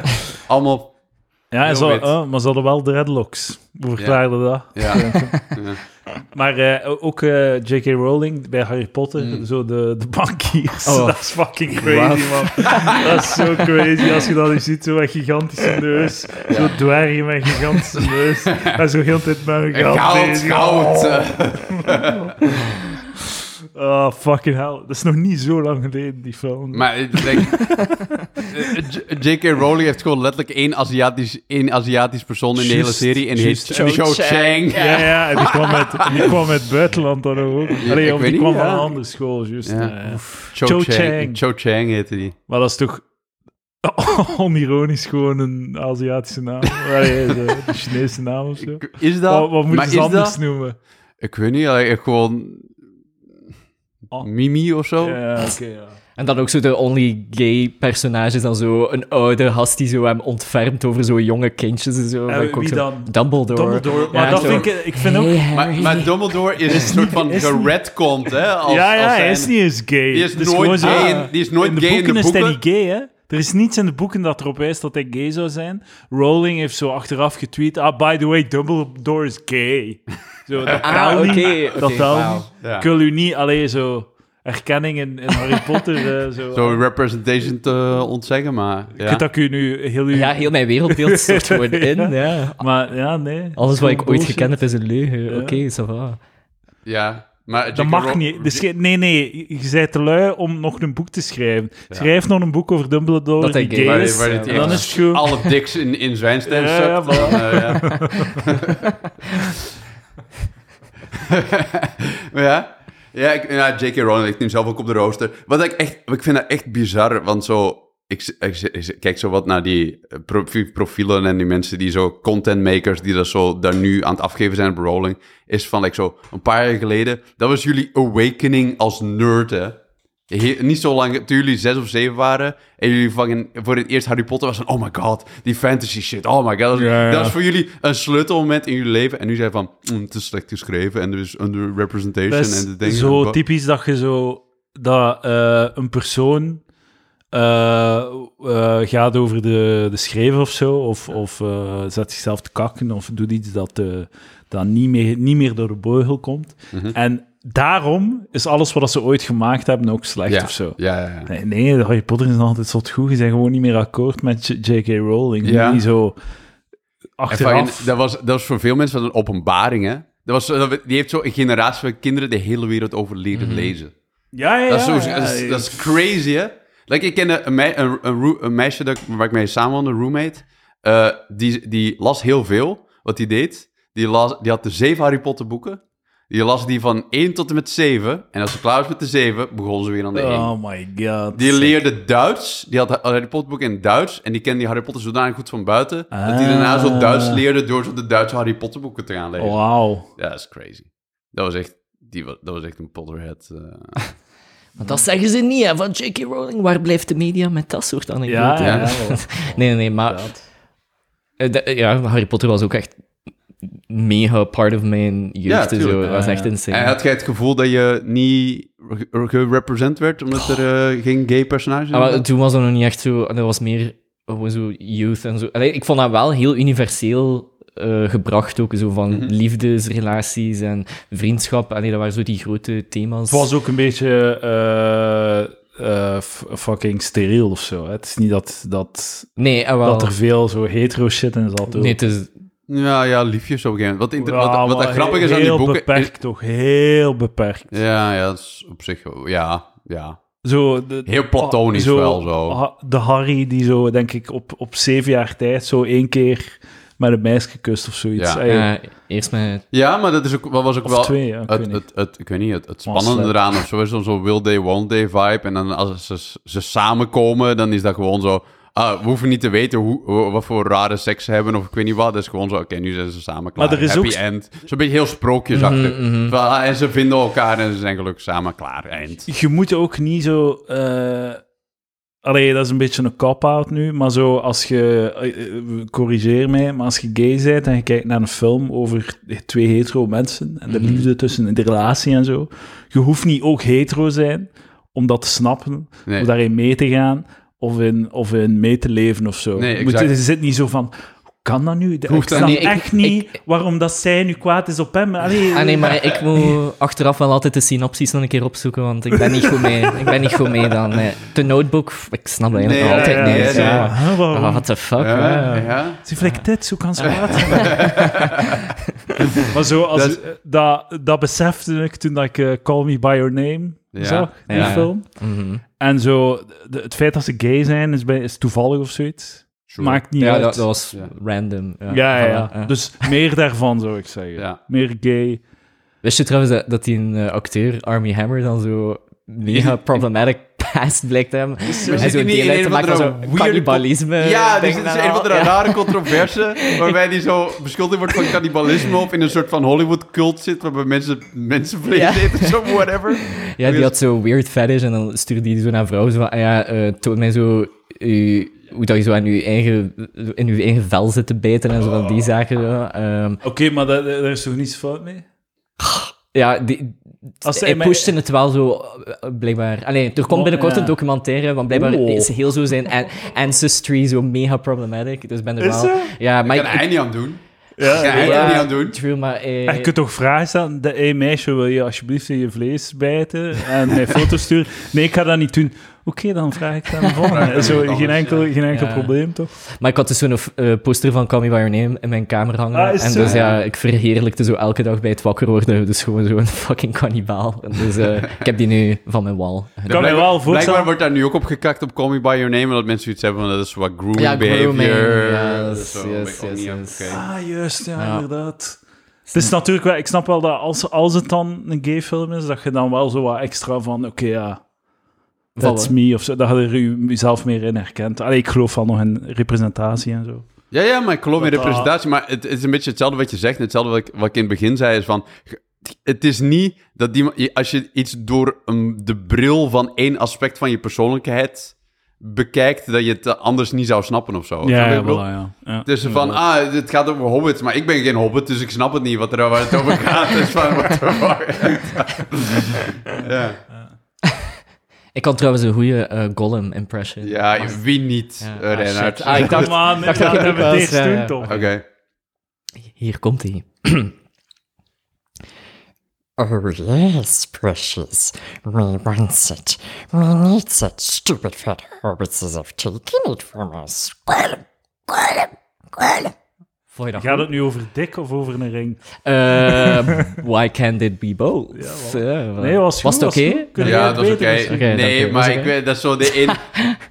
Speaker 3: Allemaal...
Speaker 1: Ja, en
Speaker 3: Heel
Speaker 1: zo,
Speaker 3: wit.
Speaker 1: oh, maar ze hadden wel dreadlocks. Hoe verklaarde dat?
Speaker 3: Ja.
Speaker 1: Maar eh, ook eh, J.K. Rowling bij Harry Potter,
Speaker 3: Mm.
Speaker 1: zo de, de bankiers.
Speaker 2: Oh.
Speaker 1: Dat is fucking crazy, man. Dat is zo crazy als je dat eens ziet, zo met gigantische neus. Zo dwergen met gigantische neus. En zo heel de tijd met hun
Speaker 3: En
Speaker 1: geld
Speaker 3: goud,
Speaker 1: bezig.
Speaker 3: goud. eh.
Speaker 1: Oh, fucking hell. Dat is nog niet zo lang geleden, die film.
Speaker 3: Maar ik denk- Eh, J- J.K. Rowling heeft gewoon letterlijk één Aziatisch, één Aziatisch persoon in de hele
Speaker 1: Just-
Speaker 3: serie. En die
Speaker 1: just
Speaker 3: heet Cho,
Speaker 2: Cho
Speaker 3: Chang.
Speaker 1: ja, ja, en die kwam uit, die kwam uit het buitenland dan ook.
Speaker 3: ik
Speaker 1: Allee, of
Speaker 3: weet
Speaker 1: die
Speaker 3: niet,
Speaker 1: kwam
Speaker 3: ja.
Speaker 1: van een andere school, juist.
Speaker 3: Ja.
Speaker 1: ja, ja.
Speaker 3: Cho,
Speaker 1: Cho
Speaker 3: Chang.
Speaker 1: Chang.
Speaker 3: Cho Chang heette die.
Speaker 1: Maar dat is toch onironisch gewoon een Aziatische naam. Allee, eh, de, de Chinese naam of zo.
Speaker 3: Ik- Is dat...
Speaker 1: Wat, wat
Speaker 3: maar
Speaker 1: moeten
Speaker 3: is
Speaker 1: ze
Speaker 3: dat?
Speaker 1: anders noemen?
Speaker 3: Ik weet niet, eigenlijk gewoon...
Speaker 1: Oh.
Speaker 3: Mimi of zo?
Speaker 1: Ja, oké, ja.
Speaker 2: En dan ook zo de only gay personages. Dan zo een oude gast die zo hem ontfermt over zo'n jonge kindjes en zo.
Speaker 1: En
Speaker 2: Dan ik ook
Speaker 1: Eh, wie
Speaker 2: zo,
Speaker 1: dan?
Speaker 2: Dumbledore.
Speaker 1: Dumbledore. Maar
Speaker 2: Ja,
Speaker 1: dat
Speaker 2: zo.
Speaker 1: vind ik... Ik vind ook...
Speaker 2: Hey,
Speaker 1: Ja,
Speaker 2: Harry.
Speaker 3: Maar, maar Dumbledore is een soort van
Speaker 1: is niet-
Speaker 3: geredcond, hè? Als,
Speaker 1: ja,
Speaker 3: als
Speaker 1: hij
Speaker 3: zijn-
Speaker 1: is niet eens gay.
Speaker 3: Die is
Speaker 1: Het
Speaker 3: nooit
Speaker 1: gewoon zo-
Speaker 3: gay in- die is nooit
Speaker 1: in de
Speaker 3: gay in de
Speaker 1: boeken is hij
Speaker 3: boeken.
Speaker 1: niet gay, hè? Er is niets in de boeken dat erop wijst dat hij gay zou zijn. Rowling heeft zo achteraf getweet... Ah, by the way, Dumbledore is gay. Zo, dat
Speaker 2: Ah,
Speaker 1: telt
Speaker 2: oké.
Speaker 1: niet.
Speaker 2: oké,
Speaker 1: dat wel
Speaker 2: wauw.
Speaker 1: niet.
Speaker 3: Ja.
Speaker 1: Ik wil u niet alleen zo erkenning in, in Harry Potter. eh, zo.
Speaker 3: Zo representation te ontzeggen, maar...
Speaker 1: Ik
Speaker 3: Ja.
Speaker 1: weet dat ik u nu heel uw...
Speaker 2: Ja, heel mijn wereldbeeld stort gewoon in. Ja.
Speaker 1: Maar ja, nee.
Speaker 2: Alles wat ik ooit
Speaker 1: Bullshit.
Speaker 2: gekend heb is een leugen. Oké, ça va.
Speaker 3: ja. Maar
Speaker 1: Dat mag niet. Dus je- nee, nee. Je je bent te lui om nog een boek te schrijven. Schrijf nog een boek over Dumbledore
Speaker 2: Dat hij
Speaker 1: die
Speaker 2: gay
Speaker 1: gay
Speaker 2: is.
Speaker 1: is.
Speaker 2: Ja,
Speaker 3: die
Speaker 1: dan
Speaker 3: echt
Speaker 1: is het goed.
Speaker 3: Alle diks in, in zijn stand
Speaker 1: Ja,
Speaker 3: sukt,
Speaker 1: ja,
Speaker 3: dan, eh, ja. Maar Eh, ja. Ja, ik, ja, J.K. Rowling ligt nu zelf ook op de rooster. Wat ik echt... Ik vind dat echt bizar, want zo... Ik, ik, ik kijk zo wat naar die eh, profi- profielen en die mensen die zo... Content makers die dat zo daar nu aan het afgeven zijn op Rowling. Is van, like, zo een paar jaar geleden... Dat was jullie awakening als nerd, hè? He- niet zo lang, toen jullie zes of zeven waren en jullie vangen voor het eerst Harry Potter was van, oh my god, die fantasy shit, oh my god. Dat is,
Speaker 1: Ja, ja.
Speaker 3: dat is voor jullie een sleutelmoment in jullie leven. En nu zijn van, mm, het is slecht geschreven en er is
Speaker 1: Dat
Speaker 3: underrepresentation en de dingen.
Speaker 1: is zo
Speaker 3: En-
Speaker 1: typisch dat je zo... Dat eh, een persoon eh, eh, gaat over de, de schreven of zo. Of, of eh, zet zichzelf te kakken. Of doet iets dat, eh, dat niet, meer, niet meer door de beugel komt.
Speaker 3: Mhm.
Speaker 1: En daarom is alles wat dat ze ooit gemaakt hebben ook slecht
Speaker 3: ja.
Speaker 1: of zo.
Speaker 3: Ja, ja, ja.
Speaker 1: Nee, nee, de Harry Potter is nog altijd zot goed. Je bent gewoon niet meer akkoord met J- J.K. Rowling. Je
Speaker 3: Ja.
Speaker 1: moet Niet zo
Speaker 3: En fucking-
Speaker 1: achteraf.
Speaker 3: dat, was, dat was voor veel mensen een openbaring, hè. Dat was, dat- die heeft zo een generatie van kinderen de hele wereld over leren
Speaker 1: Mhm.
Speaker 3: lezen.
Speaker 1: ja, ja, ja.
Speaker 3: Dat is, zo,
Speaker 1: ja,
Speaker 3: dat is, dat is crazy, hè? Like, ik kende een, mei- een, een, roe- een meisje dat ik, waar ik mee samen woonde, een roommate. eh, die, die las heel veel, wat die deed. Die die, las, die had de zeven Harry Potter boeken. Die las die van 1 tot en met 7. En als ze klaar was met de 7, begon ze weer aan de 1.
Speaker 1: Oh my god.
Speaker 3: Die leerde Duits. Die had Harry Potter boeken in Duits. En die kende die Harry Potter zodanig goed van buiten. Dat hij daarna zo Duits
Speaker 1: Ah. Oh,
Speaker 3: leerde door zo de Duitse Harry Potter boeken te gaan lezen.
Speaker 1: Wauw.
Speaker 3: Ja, dat is crazy. Dat was echt, die, wa- dat was echt een Potterhead. eh.
Speaker 2: Want dat zeggen ze niet, hè, van J.K. Rowling. Waar blijft de media met dat soort
Speaker 1: Ja,
Speaker 2: anekdoten?
Speaker 1: ja.
Speaker 3: Ja.
Speaker 1: wel.
Speaker 2: Nee, nee, nee, maar...
Speaker 1: Inderdaad.
Speaker 2: eh, de- ja, Harry Potter was ook echt mega part of mijn
Speaker 3: Ja,
Speaker 2: jeugd. en zo.
Speaker 3: tuurlijk.
Speaker 2: Dat was
Speaker 1: Ja,
Speaker 2: echt
Speaker 1: ja.
Speaker 2: insane.
Speaker 3: En Eh, had jij het gevoel dat je niet ge- gerepresent werd omdat er
Speaker 1: Oh.
Speaker 3: eh, geen gay personage
Speaker 2: Ah, maar toen was dat nog niet echt zo. Dat was meer gewoon zo youth en zo. Allee, ik vond dat wel heel universeel eh, gebracht ook. Zo van liefdesrelaties en vriendschap. Allee, dat waren zo die grote thema's.
Speaker 1: Het was ook een beetje eh, eh, f- fucking steriel of zo. Hè? Het is niet dat, dat,
Speaker 2: Nee, ah, wel.
Speaker 1: dat er veel zo hetero shit in zat. ook.
Speaker 2: Nee, het is...
Speaker 3: Ja, ja, liefjes op een gegeven moment. Wat, inter-
Speaker 1: Ja,
Speaker 3: wat, wat
Speaker 1: maar
Speaker 3: dat grappig is aan die
Speaker 1: heel
Speaker 3: boeken...
Speaker 1: beperkt, toch? Heel beperkt.
Speaker 3: Ja, ja, dat is op zich... wel- Ja, ja.
Speaker 1: Zo, de,
Speaker 3: Heel platonisch wel, zo.
Speaker 1: ha- De Harry die zo, denk ik, op, op zeven jaar tijd zo één keer met een meisje kust of zoiets.
Speaker 3: Ja.
Speaker 1: Ah, ja.
Speaker 2: eh, eerst met...
Speaker 3: Ja, maar dat is ook, wat was ook
Speaker 1: Of
Speaker 3: wel...
Speaker 1: twee, ja, ik
Speaker 3: het,
Speaker 1: weet niet.
Speaker 3: het, het, ik weet niet, het, het
Speaker 1: Maar slecht.
Speaker 3: spannende eraan of zo is dan zo'n will day, won't day vibe. En dan als ze, ze samenkomen, dan is dat gewoon zo... ah, we hoeven niet te weten hoe, hoe- wat voor rare seks ze hebben of ik weet niet wat. Dat is gewoon zo, oké, nu zijn ze samen klaar.
Speaker 1: Maar er is
Speaker 3: Happy
Speaker 1: ook- Mhm,
Speaker 3: end. Zo'n beetje heel sprookjesachtig. Terwijl, ah, En ze vinden elkaar en ze zijn gelukkig samen klaar. Eind.
Speaker 1: Je moet ook niet zo... eh Allee, dat is een beetje een cop-out nu, maar zo als je... eh, eh, corrigeer mij, maar als je gay bent en je kijkt naar een film over twee hetero mensen en
Speaker 3: Mhm.
Speaker 1: de liefde tussen de relatie en zo, je hoeft niet ook hetero zijn om dat te snappen,
Speaker 3: Nee.
Speaker 1: of daarin mee te gaan, of in, of in mee te leven of zo.
Speaker 3: Nee,
Speaker 1: Je moet,
Speaker 3: exact.
Speaker 1: er zit niet zo van... hoe Kan dat nu? Ik
Speaker 3: Hoeft dat
Speaker 1: snap
Speaker 2: niet. Ik-
Speaker 1: echt
Speaker 2: ik-
Speaker 1: niet waarom dat zij nu kwaad is op hem. Allee,
Speaker 2: Ah nee, maar ik moet achteraf wel altijd de synopsis nog een keer opzoeken, want ik ben niet goed mee. Ik ben niet goed mee dan. nee. De notebook, ik snap dat eigenlijk
Speaker 3: Nee,
Speaker 2: altijd
Speaker 3: ja,
Speaker 2: niet.
Speaker 3: ja,
Speaker 2: zo.
Speaker 3: ja.
Speaker 1: Huh, waarom?
Speaker 2: Ah, what the fuck?
Speaker 3: Ja, ja.
Speaker 1: Ze vlekt dit, zo kan ze kwaad zijn. maar zo, als,
Speaker 3: Dat-
Speaker 1: eh, dat, dat besefte ik toen dat ik eh, Call Me By Your Name
Speaker 3: Ja,
Speaker 1: zag, die
Speaker 2: ja.
Speaker 1: film.
Speaker 2: Mhm.
Speaker 1: En zo, de- het feit dat ze gay zijn is, bij, is toevallig of zoiets.
Speaker 3: Sure.
Speaker 1: Maakt niet
Speaker 2: Ja,
Speaker 1: uit.
Speaker 2: dat, dat was
Speaker 3: Ja.
Speaker 2: random. Ja,
Speaker 1: ja, ja, ja.
Speaker 2: Voilà, ja.
Speaker 1: Dus meer daarvan zou ik zeggen.
Speaker 3: Ja.
Speaker 1: Meer gay.
Speaker 2: Wist je trouwens dat, dat die een eh, acteur, Army Hammer, dan zo mega problematic past blijkt te hebben? Hij
Speaker 3: zit
Speaker 2: zo
Speaker 3: hij niet
Speaker 2: deel
Speaker 3: in
Speaker 2: uit te
Speaker 3: een
Speaker 2: maken
Speaker 3: of
Speaker 2: van
Speaker 3: andere
Speaker 2: zo'n
Speaker 3: weird-
Speaker 2: cannibalisme.
Speaker 3: Ja, dus
Speaker 2: ding
Speaker 3: dit is
Speaker 2: en
Speaker 3: een van
Speaker 2: al.
Speaker 3: de rare controversen waarbij die zo beschuldigd wordt van cannibalisme of in een soort van Hollywood-cult zit waarbij mensen mensenvlees
Speaker 2: Ja.
Speaker 3: eten, zo whatever.
Speaker 2: Ja, die had zo weird fetish en dan stuurde hij zo naar vrouwen zo van, ah ja, eh, toon mij zo uw- hoe dat je zo aan uw eigen, in uw eigen vel zit te bijten en zo van die zaken. zo. Ehm,
Speaker 1: Oké, maar daar, is toch niets fout mee?
Speaker 2: ja, die,
Speaker 1: Als
Speaker 2: hij pushte het wel zo, eh, blijkbaar. Allee, er komt
Speaker 1: Oh,
Speaker 2: binnenkort
Speaker 1: ja.
Speaker 2: een documentaire, want blijkbaar
Speaker 1: Oeh.
Speaker 2: is heel zo zijn an- ancestry zo mega problematic. Dus ik ben er
Speaker 1: Is
Speaker 2: wel...
Speaker 1: ze?
Speaker 2: Ja, maar
Speaker 3: Kan
Speaker 2: ik-
Speaker 3: hij niet aan doen.
Speaker 1: Ja,
Speaker 3: Kan hij
Speaker 2: ja.
Speaker 3: daar niet aan doen.
Speaker 2: True, maar... eh,
Speaker 1: Maar je kunt toch vragen stellen, de, hey meisje, wil je alsjeblieft in je vlees bijten en mij foto's sturen? Nee, ik ga dat niet doen. Oké, dan vraag ik het aan de volgende. Zo,
Speaker 3: iemand
Speaker 1: geen
Speaker 3: anders,
Speaker 1: enkel, geen enkel
Speaker 2: Ja.
Speaker 1: probleem, toch?
Speaker 2: Maar ik had dus zo'n eh, poster van Call Me By Your Name in mijn kamer hangen.
Speaker 1: Ah, is
Speaker 2: en
Speaker 1: zo.
Speaker 2: dus ja, ik verheerlijkte zo elke dag bij het wakker worden. Dus gewoon zo'n fucking kannibaal. En Dus eh, ik heb die nu van mijn wal.
Speaker 1: Kan je wel voorstellen-
Speaker 3: Blijkbaar wordt daar nu ook op gekakt op Call Me By Your Name, omdat mensen zoiets hebben van dat is wat grooming
Speaker 2: Ja,
Speaker 3: behavior.
Speaker 2: grooming, ja,
Speaker 3: dat
Speaker 2: yes,
Speaker 3: is wel-
Speaker 2: yes,
Speaker 3: ben ik ook
Speaker 2: yes,
Speaker 3: niet aan-
Speaker 2: yes.
Speaker 3: oké.
Speaker 1: Ah, juist, ja,
Speaker 2: Ja.
Speaker 1: inderdaad. Het is natuurlijk wel, ik snap wel dat als, als het dan een gay film is, dat je dan wel zo wat extra van, oké, ja, that's
Speaker 2: Vallen.
Speaker 1: me, of zo, dat je er je- jezelf meer in herkent. Allee, ik geloof wel nog in representatie en zo.
Speaker 3: Ja, ja, maar ik geloof in
Speaker 1: Dat, ah.
Speaker 3: representatie. Maar het, het is een beetje hetzelfde wat je zegt. en Hetzelfde wat ik, wat ik in het begin zei. Is van, ge- het is niet dat die, je- als je iets door een, de bril van één aspect van je persoonlijkheid bekijkt, dat je het eh, anders niet zou snappen of zo. Snap je wat ik bedoel?
Speaker 1: voilà, ja. Ja.
Speaker 3: Het is van, ah, het gaat over hobbits, maar ik ben geen hobbit, dus ik snap het niet wat er, waar het over gaat. Dus van, what the fuck? ja.
Speaker 2: Ik had trouwens een goede eh, Gollum impression.
Speaker 3: ja,
Speaker 2: Maar-
Speaker 3: wie niet,
Speaker 2: Ja.
Speaker 3: eh,
Speaker 2: Ah,
Speaker 3: Reinhard?
Speaker 2: shit. Ah, ik dacht-
Speaker 1: Kom aan,
Speaker 2: dacht
Speaker 1: ja,
Speaker 2: dat je
Speaker 1: dat
Speaker 2: het
Speaker 1: we
Speaker 2: was,
Speaker 1: deze
Speaker 2: ja,
Speaker 1: doen,
Speaker 2: ja.
Speaker 1: toch?
Speaker 3: Oké.
Speaker 2: Hier komt hij.
Speaker 4: Oh, yes, precious. We wants it. We needs it. Stupid fat hobbitses have taken it from us. Gollum, Gollum, Gollum.
Speaker 2: Vond je dat
Speaker 1: Gaat
Speaker 2: goed?
Speaker 1: het nu over dik of over een ring?
Speaker 2: Eh, why can't it be both?
Speaker 1: Ja,
Speaker 2: Ja,
Speaker 1: Nee, was goed,
Speaker 2: het oké?
Speaker 1: was goed. Kunnen
Speaker 3: Ja,
Speaker 1: jij
Speaker 3: dat is
Speaker 1: het
Speaker 3: oké.
Speaker 1: weten misschien?
Speaker 2: Oké,
Speaker 3: nee,
Speaker 2: dank u.
Speaker 3: maar
Speaker 2: Was
Speaker 3: ik
Speaker 2: oké.
Speaker 3: weet, dat is zo de in...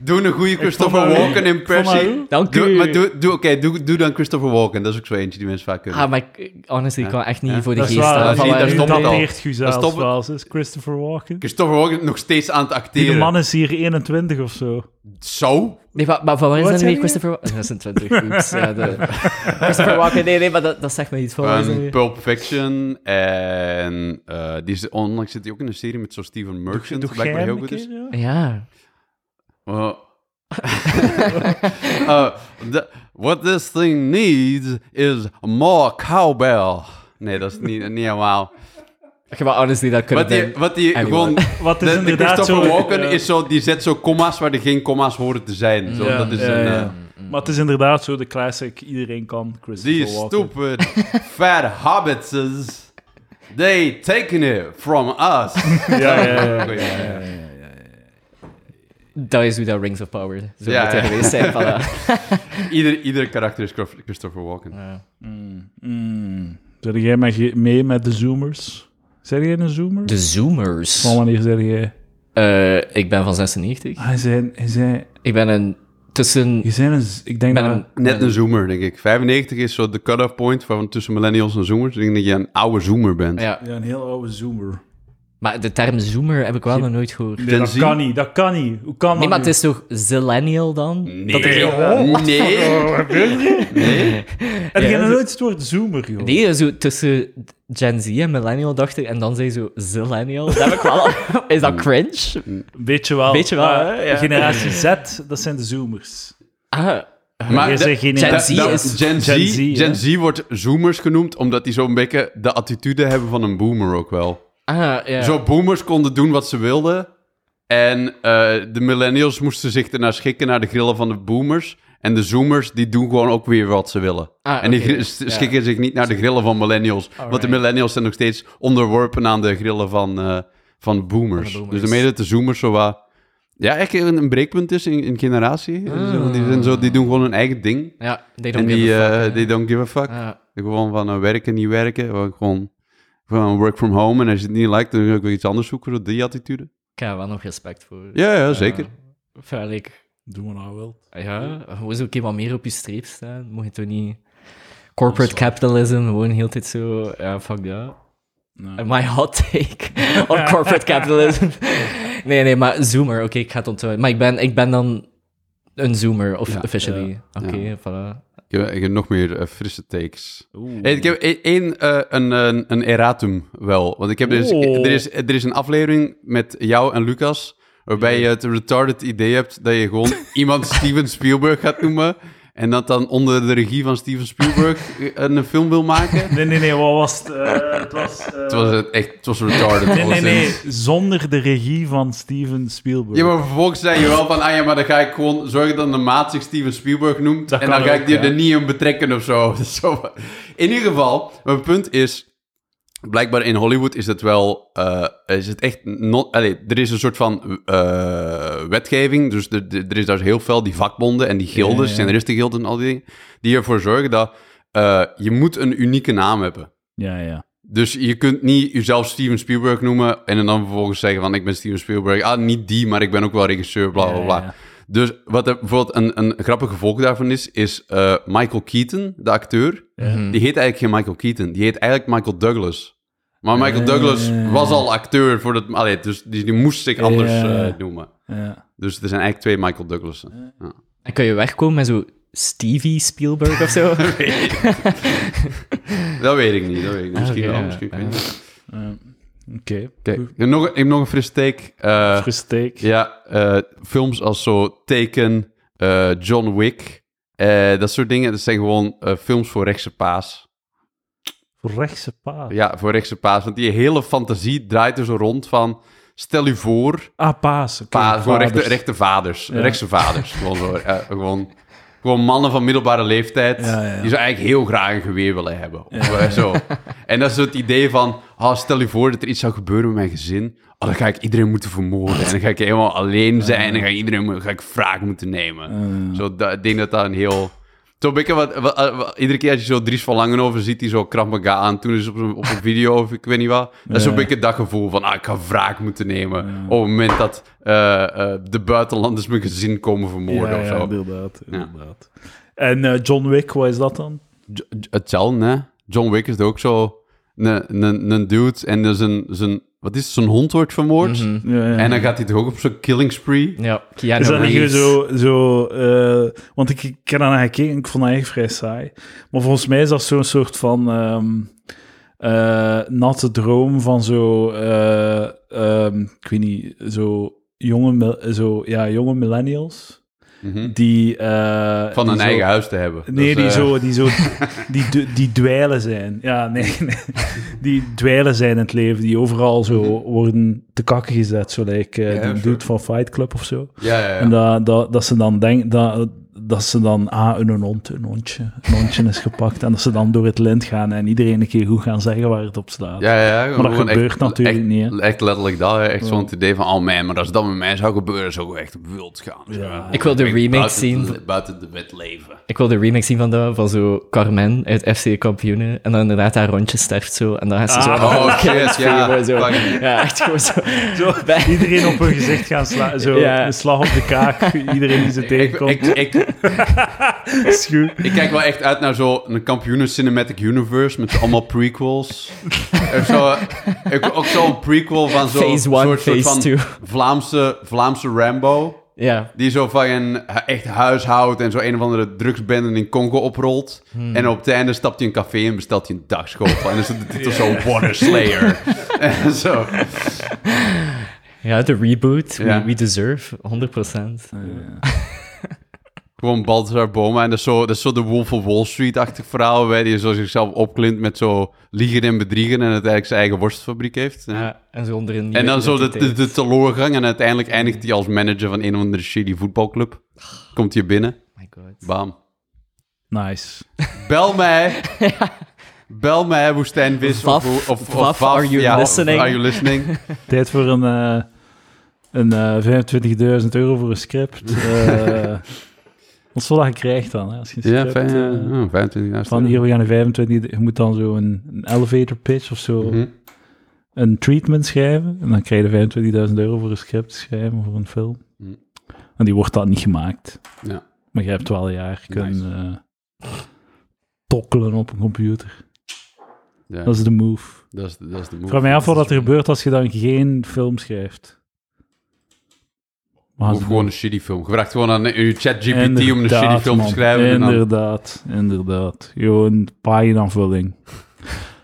Speaker 3: Doe een goede Christopher
Speaker 1: vond haar-
Speaker 3: Walken
Speaker 1: ik vond haar
Speaker 3: impressie.
Speaker 1: goed.
Speaker 2: Dank
Speaker 3: Doe,
Speaker 2: u.
Speaker 3: maar doe, doe, oké, doe, doe dan Christopher Walken. Dat is ook zo eentje die mensen vaak kunnen.
Speaker 2: Ah, maar ik, honestly, ik kan echt niet voor de
Speaker 1: Dat is
Speaker 2: geest
Speaker 1: waar,
Speaker 2: halen
Speaker 1: dat
Speaker 3: zie je,
Speaker 2: van
Speaker 3: daar
Speaker 2: mijn-
Speaker 3: stopt het al.
Speaker 1: negeert u zelfs
Speaker 3: Daar stopt het.
Speaker 1: wel eens, is Christopher Walken.
Speaker 3: Christopher Walken nog steeds aan het
Speaker 1: Die
Speaker 3: acteren.
Speaker 1: man is hier 21 of zo.
Speaker 3: Zo?
Speaker 2: Nee, maar, maar van waar is
Speaker 1: Wat
Speaker 2: dat
Speaker 1: zei
Speaker 2: nu
Speaker 1: je?
Speaker 2: Christopher Walken? Dat is een 20, oeps. Ja, de... Christopher Walken, nee, nee, maar dat, dat zegt me iets. Van waar is dat
Speaker 3: Van
Speaker 2: nu?
Speaker 3: Pulp Fiction. En eh, die is, onlangs zit hij ook in een serie met zo Steven Merchant.
Speaker 1: Doe
Speaker 3: Dat
Speaker 1: jij
Speaker 3: blijkbaar
Speaker 1: hem
Speaker 3: heel
Speaker 1: een
Speaker 3: goed dus. is.
Speaker 1: keer, ja?
Speaker 2: Ja.
Speaker 3: Oh. Uh, the- what this thing needs is more cowbell. Nee, dat is niet, niet helemaal.
Speaker 2: Ja, Maar honestly, dat kunnen
Speaker 3: Wat die,
Speaker 2: we...
Speaker 3: wat die
Speaker 2: Anyway.
Speaker 3: gewoon...
Speaker 1: Wat is
Speaker 3: de, de
Speaker 1: inderdaad
Speaker 3: Christopher
Speaker 1: zo...
Speaker 3: Walken
Speaker 1: ja.
Speaker 3: is zo... Die zet zo comma's waar er geen comma's horen te zijn. Zo,
Speaker 1: Ja,
Speaker 3: dat is
Speaker 1: ja,
Speaker 3: een...
Speaker 1: ja.
Speaker 3: eh,
Speaker 1: Maar het is inderdaad zo de classic, iedereen kan Christopher
Speaker 3: Die
Speaker 1: Walken.
Speaker 3: stupid fat hobbitses... They taken it from us.
Speaker 1: Ja, ja, ja.
Speaker 3: Goeie, Oh, ja, ja.
Speaker 2: Dat is hoe dat Rings of Power zou
Speaker 3: Ja,
Speaker 2: moeten
Speaker 3: ja.
Speaker 2: geweest zijn. Voilà.
Speaker 3: Ieder, ieder karakter is Christopher Walken.
Speaker 1: Zijn jij met je- mee met de Zoomers? Zijn jij een Zoomer?
Speaker 2: De Zoomers.
Speaker 1: Van wanneer zeg jij?
Speaker 2: Eh, ik ben van 96.
Speaker 1: Ah, je zijn, je zijn,
Speaker 2: Ik ben een... Tussen...
Speaker 1: je zijn een, z- ik denk
Speaker 2: Ik ben
Speaker 1: dat...
Speaker 2: een...
Speaker 3: Net een zoomer, denk ik. 95 is zo de cut-off point van tussen millennials en zoomers. Ik denk dat je een oude zoomer bent.
Speaker 2: Ja,
Speaker 1: Ja, een heel oude Zoomer.
Speaker 2: maar de term Zoomer heb ik wel nog nooit gehoord.
Speaker 1: Nee, dat
Speaker 3: Z?
Speaker 1: kan niet, dat kan niet. Hoe kan dat
Speaker 2: Nee, maar het
Speaker 1: nu?
Speaker 2: is toch Zillennial dan?
Speaker 3: Nee.
Speaker 2: Dat is...
Speaker 3: nee.
Speaker 1: Oh, Heb je
Speaker 2: Ja,
Speaker 1: nog
Speaker 2: zo-
Speaker 1: nooit het woord Zoomer, joh?
Speaker 2: Nee, zo tussen Gen Z en Millennial dacht ik, en dan zei je zo Zillennial. Dat heb ik wel al- Is
Speaker 3: Mm.
Speaker 2: dat cringe?
Speaker 1: Weet je wel.
Speaker 2: Weet je wel,
Speaker 1: maar
Speaker 2: hè? Ja.
Speaker 1: Generatie Z, dat zijn de Zoomers.
Speaker 2: Ah,
Speaker 1: Jij
Speaker 3: de-
Speaker 1: zegt
Speaker 3: da-
Speaker 2: Gen
Speaker 1: generatie...
Speaker 2: Z
Speaker 3: da-
Speaker 2: is-
Speaker 3: Gen Z,
Speaker 1: Gen Z, hè?
Speaker 3: Gen Z wordt zoomers genoemd omdat die zo'n beetje de attitude hebben van een boomer ook wel.
Speaker 2: ah ja.
Speaker 3: Zo boomers konden doen wat ze wilden. En eh, de millennials moesten zich ernaar schikken naar de grillen van de boomers. En de zoomers die doen gewoon ook weer wat ze willen.
Speaker 2: Ah,
Speaker 3: en die
Speaker 2: oké.
Speaker 3: gri- s- schikken zich niet naar de grillen van millennials. Want de millennials zijn nog steeds onderworpen aan de grillen van, eh, van boomers.
Speaker 2: boomers.
Speaker 3: Dus daarmee dat de zoomers zo wat... Ja, echt een, een breekpunt is in, in generatie. Zo, Die, zijn zo, die doen gewoon hun eigen ding.
Speaker 2: Ja, Ah. they
Speaker 3: En
Speaker 2: don't
Speaker 3: die,
Speaker 2: give a fuck,
Speaker 3: eh,
Speaker 2: hè.
Speaker 3: they don't give a fuck.
Speaker 2: Ah,
Speaker 3: Gewoon van eh, werken, niet werken. Gewoon- Gewoon, gewoon work from home. En als je het niet lijkt, dan wil ik weer iets anders zoeken. Zo Die attitude.
Speaker 2: ik heb er wel nog respect voor.
Speaker 3: Ja, ja zeker.
Speaker 2: Eh, Enfin, like,
Speaker 1: Doe maar nou wel.
Speaker 2: ja, gewoon zo een keer wat meer op je streep staan. Moet je toch niet... Corporate capitalism, gewoon heel de tijd zo... Ja, fuck dat.
Speaker 1: Nee.
Speaker 2: My hot take on corporate capitalism. nee, nee, maar zoomer. Oké, ik ga het onthouden. Maar ik ben, ik ben dan een zoomer, of officially. Oké, voilà.
Speaker 3: Ik heb, ik heb nog meer eh, frisse takes. Hey, ik heb e- één, eh, een, een, een erratum wel. Want ik heb dus,
Speaker 1: Oh.
Speaker 3: er, is, er is een aflevering met jou en Lucas... waarbij je het retarded idee hebt dat je gewoon iemand Steven Spielberg gaat noemen... en dat dan onder de regie van Steven Spielberg eh, een film wil maken.
Speaker 1: Nee, nee, nee, wat was het? Eh, het was... eh,
Speaker 3: Het was het echt het was retarded.
Speaker 1: Nee, nee,
Speaker 3: alles in.
Speaker 1: nee, zonder de regie van Steven Spielberg.
Speaker 3: Ja, maar vervolgens zei je wel van, ah ja, maar dan ga ik gewoon zorgen dat de maat zich Steven Spielberg noemt.
Speaker 1: Dat
Speaker 3: en
Speaker 1: kan
Speaker 3: dan ga ik
Speaker 1: ook,
Speaker 3: die
Speaker 1: ja.
Speaker 3: er niet in betrekken of zo. Dat is zo. In ieder geval, mijn punt is, blijkbaar in Hollywood is het wel, eh, is het echt, not, allee, er is een soort van eh, wetgeving. Dus de, de- er is daar heel veel die vakbonden en die gildes,
Speaker 1: Ja, ja, ja.
Speaker 3: scenaristengilden en al die dingen, die ervoor zorgen dat eh, je moet een unieke naam hebben.
Speaker 1: ja. ja.
Speaker 3: Dus je kunt niet jezelf Steven Spielberg noemen en dan vervolgens zeggen van ik ben Steven Spielberg. Ah, niet die, maar ik ben ook wel regisseur, bla bla
Speaker 1: Ja,
Speaker 3: bla.
Speaker 1: ja.
Speaker 3: Dus wat er bijvoorbeeld een, een grappig gevolg daarvan is, is eh, Michael Keaton, de acteur, die heet eigenlijk geen Michael Keaton, die heet eigenlijk Michael Douglas. Maar Michael Douglas was al acteur voordat, allee, dus die, die moest zich anders
Speaker 1: Ja.
Speaker 3: eh, noemen.
Speaker 1: Ja.
Speaker 3: Dus er zijn eigenlijk twee Michael Douglassen. Ja.
Speaker 2: En kun je wegkomen met zo Stevie Spielberg of zo?
Speaker 3: Dat weet ik niet, dat weet ik niet. Misschien
Speaker 2: Oké,
Speaker 3: wel,
Speaker 2: ja,
Speaker 3: misschien ik
Speaker 2: ja.
Speaker 3: weet niet.
Speaker 1: Oké.
Speaker 3: Oké, ik heb nog, ik heb nog een frisse take. eh,
Speaker 1: Frusteek.
Speaker 3: Ja, eh, films als zo Taken, eh, John Wick, eh, dat soort dingen. Dat zijn gewoon eh, films voor rechtse paas.
Speaker 1: Voor rechtse paard.
Speaker 3: Ja, voor rechtse paas. Want die hele fantasie draait er zo rond van... Stel u voor,
Speaker 1: Ah, paas. oké,
Speaker 3: pa, gewoon
Speaker 1: vaders.
Speaker 3: rechte, rechte vaders. Rechtse vaders. gewoon, zo, eh, gewoon, gewoon mannen van middelbare leeftijd.
Speaker 1: Ja, ja, ja.
Speaker 3: Die zou eigenlijk heel graag een geweer willen hebben. Of, eh, zo. En dat is het idee van... ah, stel u voor dat er iets zou gebeuren met mijn gezin. Oh, dan ga ik iedereen moeten vermoorden. En dan ga ik helemaal alleen zijn. En dan ga ik iedereen mo- ga ik wraak moeten nemen. Zo, dat, ik denk dat dat een heel... Tom Bikke, wat, wat- eh, wat- iedere keer als je zo Dries van Langenhoven ziet, die zo Krav Maga aan toen is op, een- op een video of ik weet niet wat. Dat is zo'n beetje dat gevoel van, ah, ik ga wraak moeten nemen op het moment dat eh, eh, de buitenlanders mijn gezin komen vermoorden
Speaker 1: ja,
Speaker 3: of
Speaker 1: ja,
Speaker 3: zo.
Speaker 1: inderdaad. inderdaad. En eh, John Wick, wat is dat dan?
Speaker 3: J- J- Hetzelfde, hè? John Wick is er ook zo een- een een dude en zijn, zijn, wat is het, zijn hond wordt vermoord.
Speaker 1: Ja, Mhm. ja.
Speaker 3: En dan gaat hij toch ook op zo'n killing spree.
Speaker 2: Ja, Keanu
Speaker 1: Is dat niet
Speaker 2: Reeves.
Speaker 1: zo... zo eh, want ik, ik heb daarna gekeken en ik vond dat echt vrij saai. Maar volgens mij is dat zo'n soort van ehm, eh, natte droom van zo... eh, ehm, ik weet niet, zo jonge, mil- zo, ja, jonge millennials.
Speaker 3: Mhm.
Speaker 1: Die, eh,
Speaker 3: Van
Speaker 1: die
Speaker 3: een
Speaker 1: zo-
Speaker 3: eigen huis te hebben.
Speaker 1: Nee,
Speaker 3: Dat
Speaker 1: die
Speaker 3: is, eh,
Speaker 1: zo, die zo, die, d- die dweilen zijn. Ja, nee, nee. Die dweilen zijn in het leven, die overal zo worden te kakken gezet. Zo, like eh,
Speaker 3: Mhm. Ja,
Speaker 1: die
Speaker 3: sure.
Speaker 1: dude van Fight Club of zo.
Speaker 3: Ja, ja, ja.
Speaker 1: En dat, dat, dat ze dan denken dat, dat ze dan ah, een hond, een hondje, een hondje is gepakt. En dat ze dan door het lint gaan en iedereen een keer goed gaan zeggen waar het op staat.
Speaker 3: Ja, ja, ja.
Speaker 1: Maar dat
Speaker 3: gewoon
Speaker 1: gebeurt natuurlijk
Speaker 3: echt,
Speaker 1: niet, hè?
Speaker 3: Echt letterlijk dat. hè. Echt zo'n idee van, oh man, maar als dat met mij zou gebeuren, zou ik echt wild gaan. Zo, hè.
Speaker 2: Ik wil de
Speaker 3: Echt
Speaker 2: remake
Speaker 3: buiten
Speaker 2: zien.
Speaker 3: de- buiten de wet leven.
Speaker 2: Ik wil de remix zien van, dat, van zo Carmen uit FC Kampioenen. En dan inderdaad haar rondje sterft zo. En dan gaat ze zo...
Speaker 3: Oh shit, ja.
Speaker 2: maar zo.
Speaker 3: Fuck.
Speaker 2: Ja, echt gewoon zo.
Speaker 1: Zo, iedereen op hun gezicht gaan slaan. Zo,
Speaker 2: Ja.
Speaker 1: een slag op de kaak. Iedereen die ze
Speaker 3: Ik,
Speaker 1: tegenkomt.
Speaker 3: ik, ik,
Speaker 1: schuw.
Speaker 3: ik kijk wel echt uit naar zo'n kampioenen Cinematic Universe met zo allemaal prequels. En zo, ik, ook zo'n prequel van zo'n
Speaker 2: Phase one,
Speaker 3: soort, soort
Speaker 2: phase
Speaker 3: van
Speaker 2: two.
Speaker 3: Vlaamse, Vlaamse Rambo.
Speaker 2: Ja.
Speaker 3: Die zo van een hu- echt huishoudt en zo een of andere drugsbende in Congo oprolt. En op het einde stapt hij een café en bestelt hij een dagschop. en dan is de titel zo Water Slayer. En zo.
Speaker 2: ja, de reboot. We,
Speaker 3: Ja.
Speaker 2: we deserve, 100%.
Speaker 3: Gewoon Balthazar Boma. En dat is zo, dat is zo de Wolf of Wall Street-achtig verhaal. Waar hij zo zichzelf opklint met zo liegen en bedriegen. En uiteindelijk zijn eigen worstfabriek heeft. Ja.
Speaker 2: Ja, en zo onder een nieuwe
Speaker 3: En dan zo de, de,
Speaker 2: identiteit.
Speaker 3: de teleurgang. En uiteindelijk eindigt hij als manager van een of andere shitty voetbalclub. Komt hij binnen.
Speaker 2: Oh my god.
Speaker 3: Bam.
Speaker 1: Nice.
Speaker 3: Bel mij. Bel mij, Woestijn Wis.
Speaker 2: Vaf,
Speaker 3: of, of,
Speaker 2: Vaf, are you
Speaker 3: of
Speaker 2: listening?
Speaker 3: Are you
Speaker 1: Dus
Speaker 3: listening?
Speaker 1: Tijd voor een, eh, een eh 25.000 euro voor een script. eh wat zal dat krijgt dan? Hè, als je een
Speaker 3: ja,
Speaker 1: script,
Speaker 3: fijn,
Speaker 1: eh,
Speaker 3: ja, oh, 25.000.
Speaker 1: van hier, we gaan een 25... Je moet dan zo een, een elevator pitch of zo...
Speaker 3: Mhm.
Speaker 1: een treatment schrijven. En dan krijg je 25.000 euro voor een script schrijven voor een film.
Speaker 3: Hm.
Speaker 1: En die wordt dan niet gemaakt.
Speaker 3: Ja.
Speaker 1: Maar je hebt wel een jaar kunnen
Speaker 3: Nice.
Speaker 1: eh, tokkelen op een computer.
Speaker 3: Ja,
Speaker 1: Dat is de move.
Speaker 3: dat is, dat is de
Speaker 1: Ik
Speaker 3: move.
Speaker 1: vraag mij af wat er gebeurt als je dan geen film schrijft. Maar
Speaker 3: Of gewoon een shitty film. Gevraagd gewoon aan eh, uw chat GPT om een
Speaker 1: Inderdaad,
Speaker 3: shitty film te
Speaker 1: man.
Speaker 3: schrijven. En dan,
Speaker 1: Inderdaad, inderdaad. Gewoon paginaanvulling.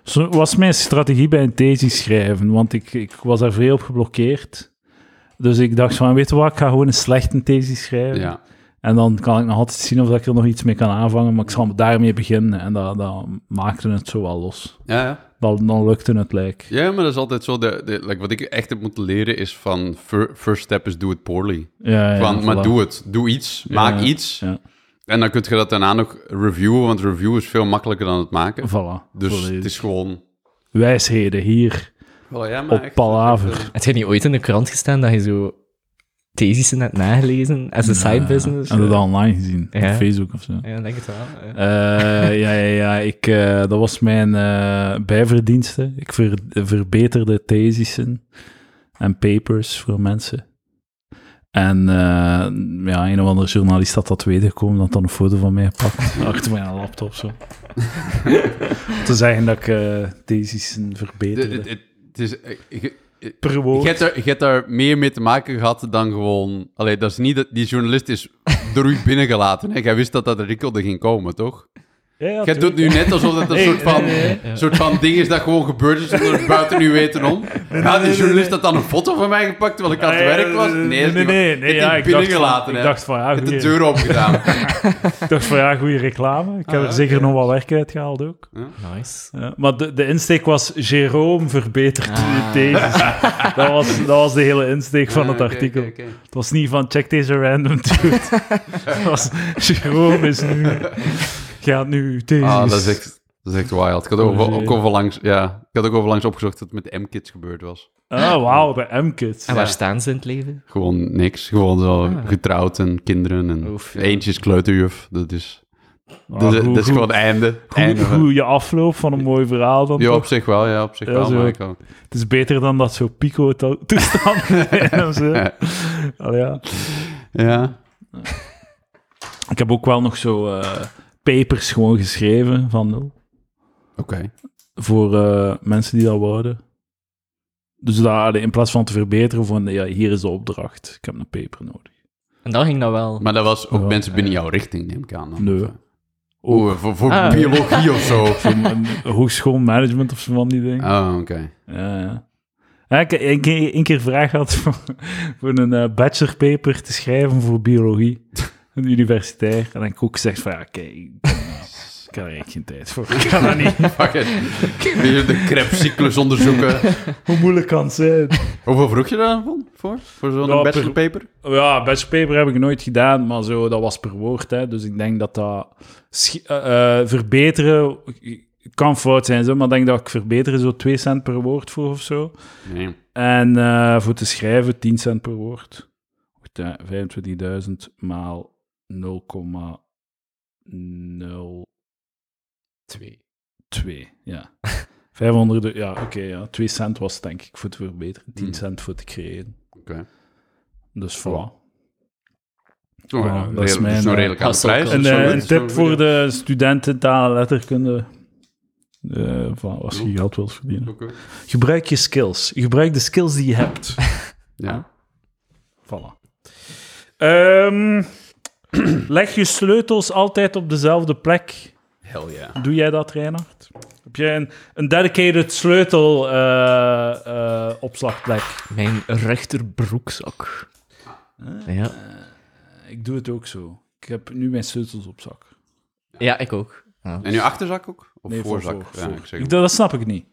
Speaker 1: Zo was mijn strategie bij een thesis schrijven, want ik, ik was daar veel op geblokkeerd. Dus ik dacht van, weet je wat, ik ga gewoon een slechte thesis schrijven.
Speaker 3: ja.
Speaker 1: En dan kan ik nog altijd zien of dat ik er nog iets mee kan aanvangen, maar ik zal daarmee beginnen. En dat, dat maakte het zo wel los.
Speaker 3: Ja, ja.
Speaker 1: Dan, dan lukte het, lijkt.
Speaker 3: ja, maar dat is altijd zo. De, de, like, wat ik echt heb moeten leren is van... fir- First step is do it poorly.
Speaker 1: Ja, ja,
Speaker 3: Van, maar
Speaker 1: voilà.
Speaker 3: doe het. Doe iets. Maak
Speaker 1: ja,
Speaker 3: iets.
Speaker 1: ja.
Speaker 3: En dan kun je dat daarna nog reviewen, want review is veel makkelijker dan het maken.
Speaker 1: Voilà.
Speaker 3: Dus
Speaker 1: volledig.
Speaker 3: het is gewoon...
Speaker 1: Wijsheden hier
Speaker 3: Wel, ja, maar
Speaker 1: op
Speaker 3: echt- eh,
Speaker 1: Palaver.
Speaker 2: Het heeft niet ooit in de krant gestaan dat je zo thesissen hebt nagelezen als een side business?
Speaker 1: En dat online gezien,
Speaker 2: Ja.
Speaker 1: op Facebook of zo.
Speaker 2: Ja, denk het wel. ja.
Speaker 1: Eh, ja, ja, ja. Ik, eh, dat was mijn eh bijverdienste. Ik ver- verbeterde thesissen en papers voor mensen. En eh, ja, een of andere journalist had dat wedergekomen, dat dan een foto van mij gepakt. achter mijn laptop zo. Om te zeggen dat ik eh thesissen
Speaker 3: Het-
Speaker 1: verbeterde.
Speaker 3: het- het- het is... eh, ik- ik- ik-
Speaker 1: per
Speaker 3: Je
Speaker 1: woord.
Speaker 3: hebt, er, je hebt daar meer mee te maken gehad dan gewoon... Allee, dat is niet dat die journalist is door u binnengelaten. Hè? Jij wist dat dat artikel er ging komen, toch?
Speaker 1: Ja, ja,
Speaker 3: Jij doet
Speaker 1: tuurlijk.
Speaker 3: nu net alsof dat een
Speaker 1: Nee,
Speaker 3: soort, van,
Speaker 1: nee, nee,
Speaker 3: soort van ding is dat gewoon gebeurd is zonder het buiten u weten om. Had die journalist dat dan een foto van mij gepakt terwijl ik aan het
Speaker 1: Ah, ja,
Speaker 3: werk was?
Speaker 1: Nee,
Speaker 3: Nee,
Speaker 1: nee,
Speaker 3: dat is
Speaker 1: nee.
Speaker 3: niet waar.
Speaker 1: nee,
Speaker 3: Je hebt
Speaker 1: ja,
Speaker 3: die
Speaker 1: ik, dacht
Speaker 3: binnengelaten,
Speaker 1: van, ik
Speaker 3: hè.
Speaker 1: dacht van, ja,
Speaker 3: Je hebt de
Speaker 1: goeie-
Speaker 3: deur opgedaan.
Speaker 1: ik dacht van, ja, goede reclame. Ik heb er
Speaker 3: ja,
Speaker 1: zeker
Speaker 3: oké.
Speaker 1: nog wat werk uit gehaald ook.
Speaker 2: Nice.
Speaker 1: Ja, maar de, de insteek was Jerome verbetert de thesis. Dat was, dat was de hele insteek van het
Speaker 3: Ah, oké,
Speaker 1: artikel.
Speaker 3: oké, oké.
Speaker 1: Het was niet van check deze random dude. Het was Jerome is nu gaat nu uw thesis.
Speaker 3: Ah, dat is echt... Dat is echt wild. Ik had ook,
Speaker 1: Corrigeren.
Speaker 3: ook overlangs, ja, ik had ook overlangs opgezocht dat het met de M-kids gebeurd was.
Speaker 1: Ah, wauw, de M-kids.
Speaker 2: En
Speaker 3: Ja.
Speaker 2: waar staan ze in het leven?
Speaker 1: Ah.
Speaker 3: Gewoon niks. Gewoon zo getrouwd en kinderen. En
Speaker 2: Oef, ja.
Speaker 3: Eentje is kleuterjuf. Dat is,
Speaker 1: Maar
Speaker 3: Dus, eh,
Speaker 1: Ah, hoe-
Speaker 3: dat is
Speaker 1: hoe-
Speaker 3: gewoon het einde. Het
Speaker 1: Hoe,
Speaker 3: einde van-
Speaker 1: hoe je afloopt van een mooi verhaal dan
Speaker 3: ja,
Speaker 1: toch?
Speaker 3: op zich wel. Ja, op zich
Speaker 1: Ja,
Speaker 3: wel.
Speaker 1: zo.
Speaker 3: Maar ik ook.
Speaker 1: Het is beter dan dat zo pico-toestand. ja.
Speaker 3: Ja.
Speaker 1: Ik heb ook wel nog zo eh, papers gewoon geschreven van,
Speaker 3: Oké.
Speaker 1: voor eh, mensen die dat wouden. Dus daar, in plaats van te verbeteren, van ja, hier is de opdracht, ik heb een paper nodig.
Speaker 2: En dat ging dat wel.
Speaker 3: Maar dat was ook
Speaker 1: Ja.
Speaker 3: mensen binnen jouw richting, neem ik aan. dan.
Speaker 1: Nee.
Speaker 3: Oeh, voor, voor
Speaker 2: Ah.
Speaker 3: biologie of zo.
Speaker 1: Een- een Hogeschoolmanagement of zo van die dingen.
Speaker 3: Oh, oké.
Speaker 1: Ja, ja. Ja, ik heb een keer, een keer vraag gehad voor, voor een eh, bachelorpaper te schrijven voor biologie. Een universitair. En dan heb ik ook gezegd van, ja, oké, ik, ik heb er eigenlijk geen tijd voor. Ik kan dat niet.
Speaker 3: Fuck it. Weer de krebscyclus onderzoeken.
Speaker 1: Hoe moeilijk kan het zijn?
Speaker 3: Hoeveel vroeg je daarvan voor? Voor zo'n
Speaker 1: Ja, per-
Speaker 3: bachelorpaper?
Speaker 1: Ja, bachelorpaper heb ik nooit gedaan, maar zo, dat was per woord. Hè. Dus ik denk dat dat... schi- eh, eh, verbeteren kan fout zijn, zo, maar ik denk dat ik verbeteren zo 2 cent per woord voor of zo.
Speaker 3: Nee.
Speaker 1: En eh, voor te schrijven 10 cent per woord. Goed, eh, 25.000 maal 0,02.
Speaker 2: twee.
Speaker 1: Ja. 500, e- ja, oké, ja. 2 cent was het, denk ik voor te verbeteren. 10
Speaker 3: Hmm.
Speaker 1: cent voor te creëren.
Speaker 3: Oké.
Speaker 1: Dus voilà.
Speaker 3: Oh,
Speaker 1: Ja,
Speaker 3: ja,
Speaker 1: dat
Speaker 3: redelijk-
Speaker 1: is mijn,
Speaker 3: dus een
Speaker 1: eh,
Speaker 3: redelijke aan
Speaker 2: hustle
Speaker 3: prijs.
Speaker 2: culture.
Speaker 1: En,
Speaker 3: dat is wel
Speaker 1: eh, een tip
Speaker 3: goed, dat is wel goed,
Speaker 1: voor
Speaker 3: ja.
Speaker 1: de studenten taal en letterkunde. eh, van als je
Speaker 3: Oeh.
Speaker 1: geld wilt verdienen.
Speaker 3: Oké.
Speaker 1: Gebruik je skills. Gebruik de skills die je hebt.
Speaker 3: Ja.
Speaker 1: Voilà. Ehm, leg je sleutels altijd op dezelfde plek.
Speaker 3: Hell yeah.
Speaker 1: Doe jij dat, Reinhard? Heb jij een, een dedicated sleutel eh, eh, opslagplek?
Speaker 2: Mijn rechterbroekzak.
Speaker 3: Ah.
Speaker 2: Ja.
Speaker 1: Ik doe het ook zo. Ik heb nu mijn sleutels op zak.
Speaker 2: ja, ik ook. Ja.
Speaker 3: En je achterzak ook? Of
Speaker 1: Nee, voor-
Speaker 3: voorzak?
Speaker 1: voor-
Speaker 3: ja,
Speaker 1: voor.
Speaker 3: ik zeg
Speaker 1: Ik- dat, dat snap ik niet.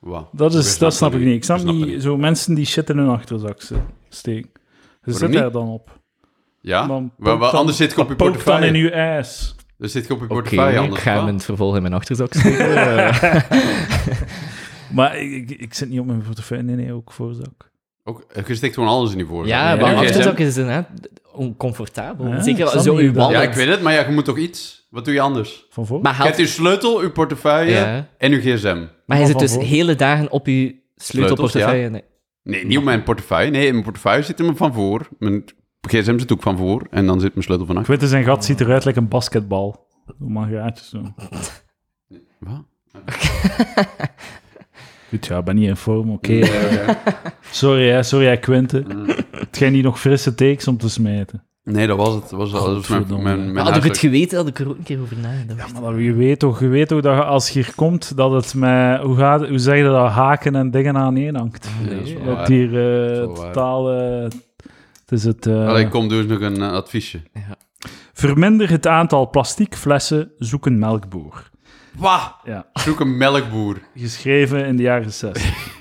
Speaker 3: Wow.
Speaker 1: Dat,
Speaker 3: Ik
Speaker 1: is, dat snap ik niet. Ik snap
Speaker 3: dat
Speaker 1: niet zo mensen die shit in hun achterzak ze- steken. Ze
Speaker 3: Waarom
Speaker 1: zit
Speaker 3: niet?
Speaker 1: daar dan op.
Speaker 3: Ja?
Speaker 1: Dan
Speaker 3: Wel-
Speaker 1: pookt
Speaker 3: wel,
Speaker 1: dan-
Speaker 3: anders zit ik op je
Speaker 1: Pook dan
Speaker 3: portefeuille.
Speaker 1: in uw ass.
Speaker 3: Dan zit ik op je
Speaker 2: Oké,
Speaker 3: portefeuille.
Speaker 2: ik
Speaker 3: anders
Speaker 2: ga hem
Speaker 3: wel.
Speaker 2: in het vervolg in mijn achterzak steken.
Speaker 1: Maar ik, ik, ik zit niet op mijn portefeuille. Nee, nee, ook voorzak.
Speaker 3: Ook, eh, je steekt gewoon alles in die voorzak.
Speaker 2: ja,
Speaker 1: Ja,
Speaker 2: maar
Speaker 1: ja.
Speaker 2: achterzak is inderdaad oncomfortabel.
Speaker 1: Ja, ik
Speaker 2: Zeker
Speaker 1: snap
Speaker 2: als zo
Speaker 1: niet
Speaker 2: uw
Speaker 1: dat-
Speaker 2: wallet.
Speaker 3: Ah. Ja, ik weet het, maar ja, je moet toch iets? Wat doe je anders?
Speaker 1: Van voor?
Speaker 2: Maar
Speaker 3: Je hebt
Speaker 2: haalt
Speaker 3: je sleutel, je portefeuille
Speaker 2: Ja.
Speaker 3: en je gsm.
Speaker 2: Maar hij
Speaker 1: Maar
Speaker 2: zit
Speaker 1: van
Speaker 2: dus
Speaker 1: voor-
Speaker 2: hele dagen op je sleutelportefeuille.
Speaker 3: ja.
Speaker 2: Nee.
Speaker 3: Nee, niet op mijn portefeuille. Nee, in mijn portefeuille zit hem van voor. Mijn gsm zit ook van voor. En dan zit mijn sleutel van achter.
Speaker 1: Quinten zijn gat ziet eruit like een basketbal. Hoe mag je gaatjes doen?
Speaker 3: Wat?
Speaker 1: Goed, ja, ik ben niet in vorm, oké. Sorry, hè, sorry, hè, Quinten. Het zijn hier nog frisse takes om te smijten.
Speaker 3: Nee, dat was het. Dat was, dat was mijn, mijn,
Speaker 1: Godverdomme.
Speaker 3: mijn
Speaker 2: Maar had ik het
Speaker 3: huiswerk.
Speaker 2: geweten, had ik er ook een keer over nagedacht.
Speaker 1: Ja, maar je weet toch, je weet toch dat je als je hier komt, dat het met, hoe, gaat, hoe zeg je dat, haken en dingen aan één hangt.
Speaker 3: Ja, dat is wel
Speaker 1: Dat
Speaker 3: waar.
Speaker 1: hier eh
Speaker 3: Dat is wel waar.
Speaker 1: totaal... eh, het is het... eh,
Speaker 3: Allee, kom, doe eens nog een eh, adviesje.
Speaker 1: verminder het aantal plastic flessen, zoek een melkboer.
Speaker 3: Wah!
Speaker 1: Ja,
Speaker 3: Zoek een melkboer.
Speaker 1: geschreven in de jaren 60.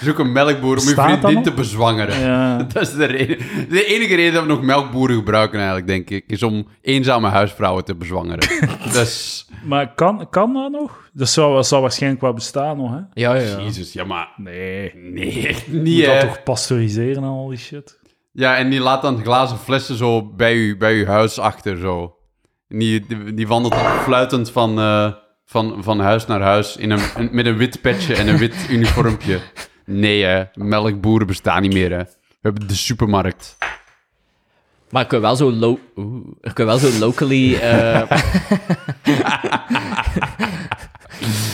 Speaker 3: Zoek een melkboer om je
Speaker 1: Bestaat dat
Speaker 3: vriendin
Speaker 1: nog?
Speaker 3: te bezwangeren.
Speaker 1: Ja.
Speaker 3: Dat is de reden. De enige reden dat we nog melkboeren gebruiken eigenlijk, denk ik, is om eenzame huisvrouwen te bezwangeren. dus,
Speaker 1: Maar kan, kan dat nog? Dat zou, dat zou waarschijnlijk wel bestaan nog, hè?
Speaker 2: Ja, ja, ja.
Speaker 3: jezus, ja maar...
Speaker 1: Nee.
Speaker 3: Nee, echt
Speaker 1: Je
Speaker 3: niet,
Speaker 1: moet
Speaker 3: hè.
Speaker 1: dat toch pasteuriseren en al die shit?
Speaker 3: Ja, en die laat dan glazen flessen zo bij je, bij je huis achter, zo. En die, die, die wandelt dan fluitend van, eh, van, van huis naar huis in een, een- met een wit petje en een wit uniformpje. Nee, hè. Melkboeren bestaan niet meer, hè. We hebben de supermarkt.
Speaker 2: Maar ik kan wel zo, lo Oeh. ik kan wel zo locally... eh,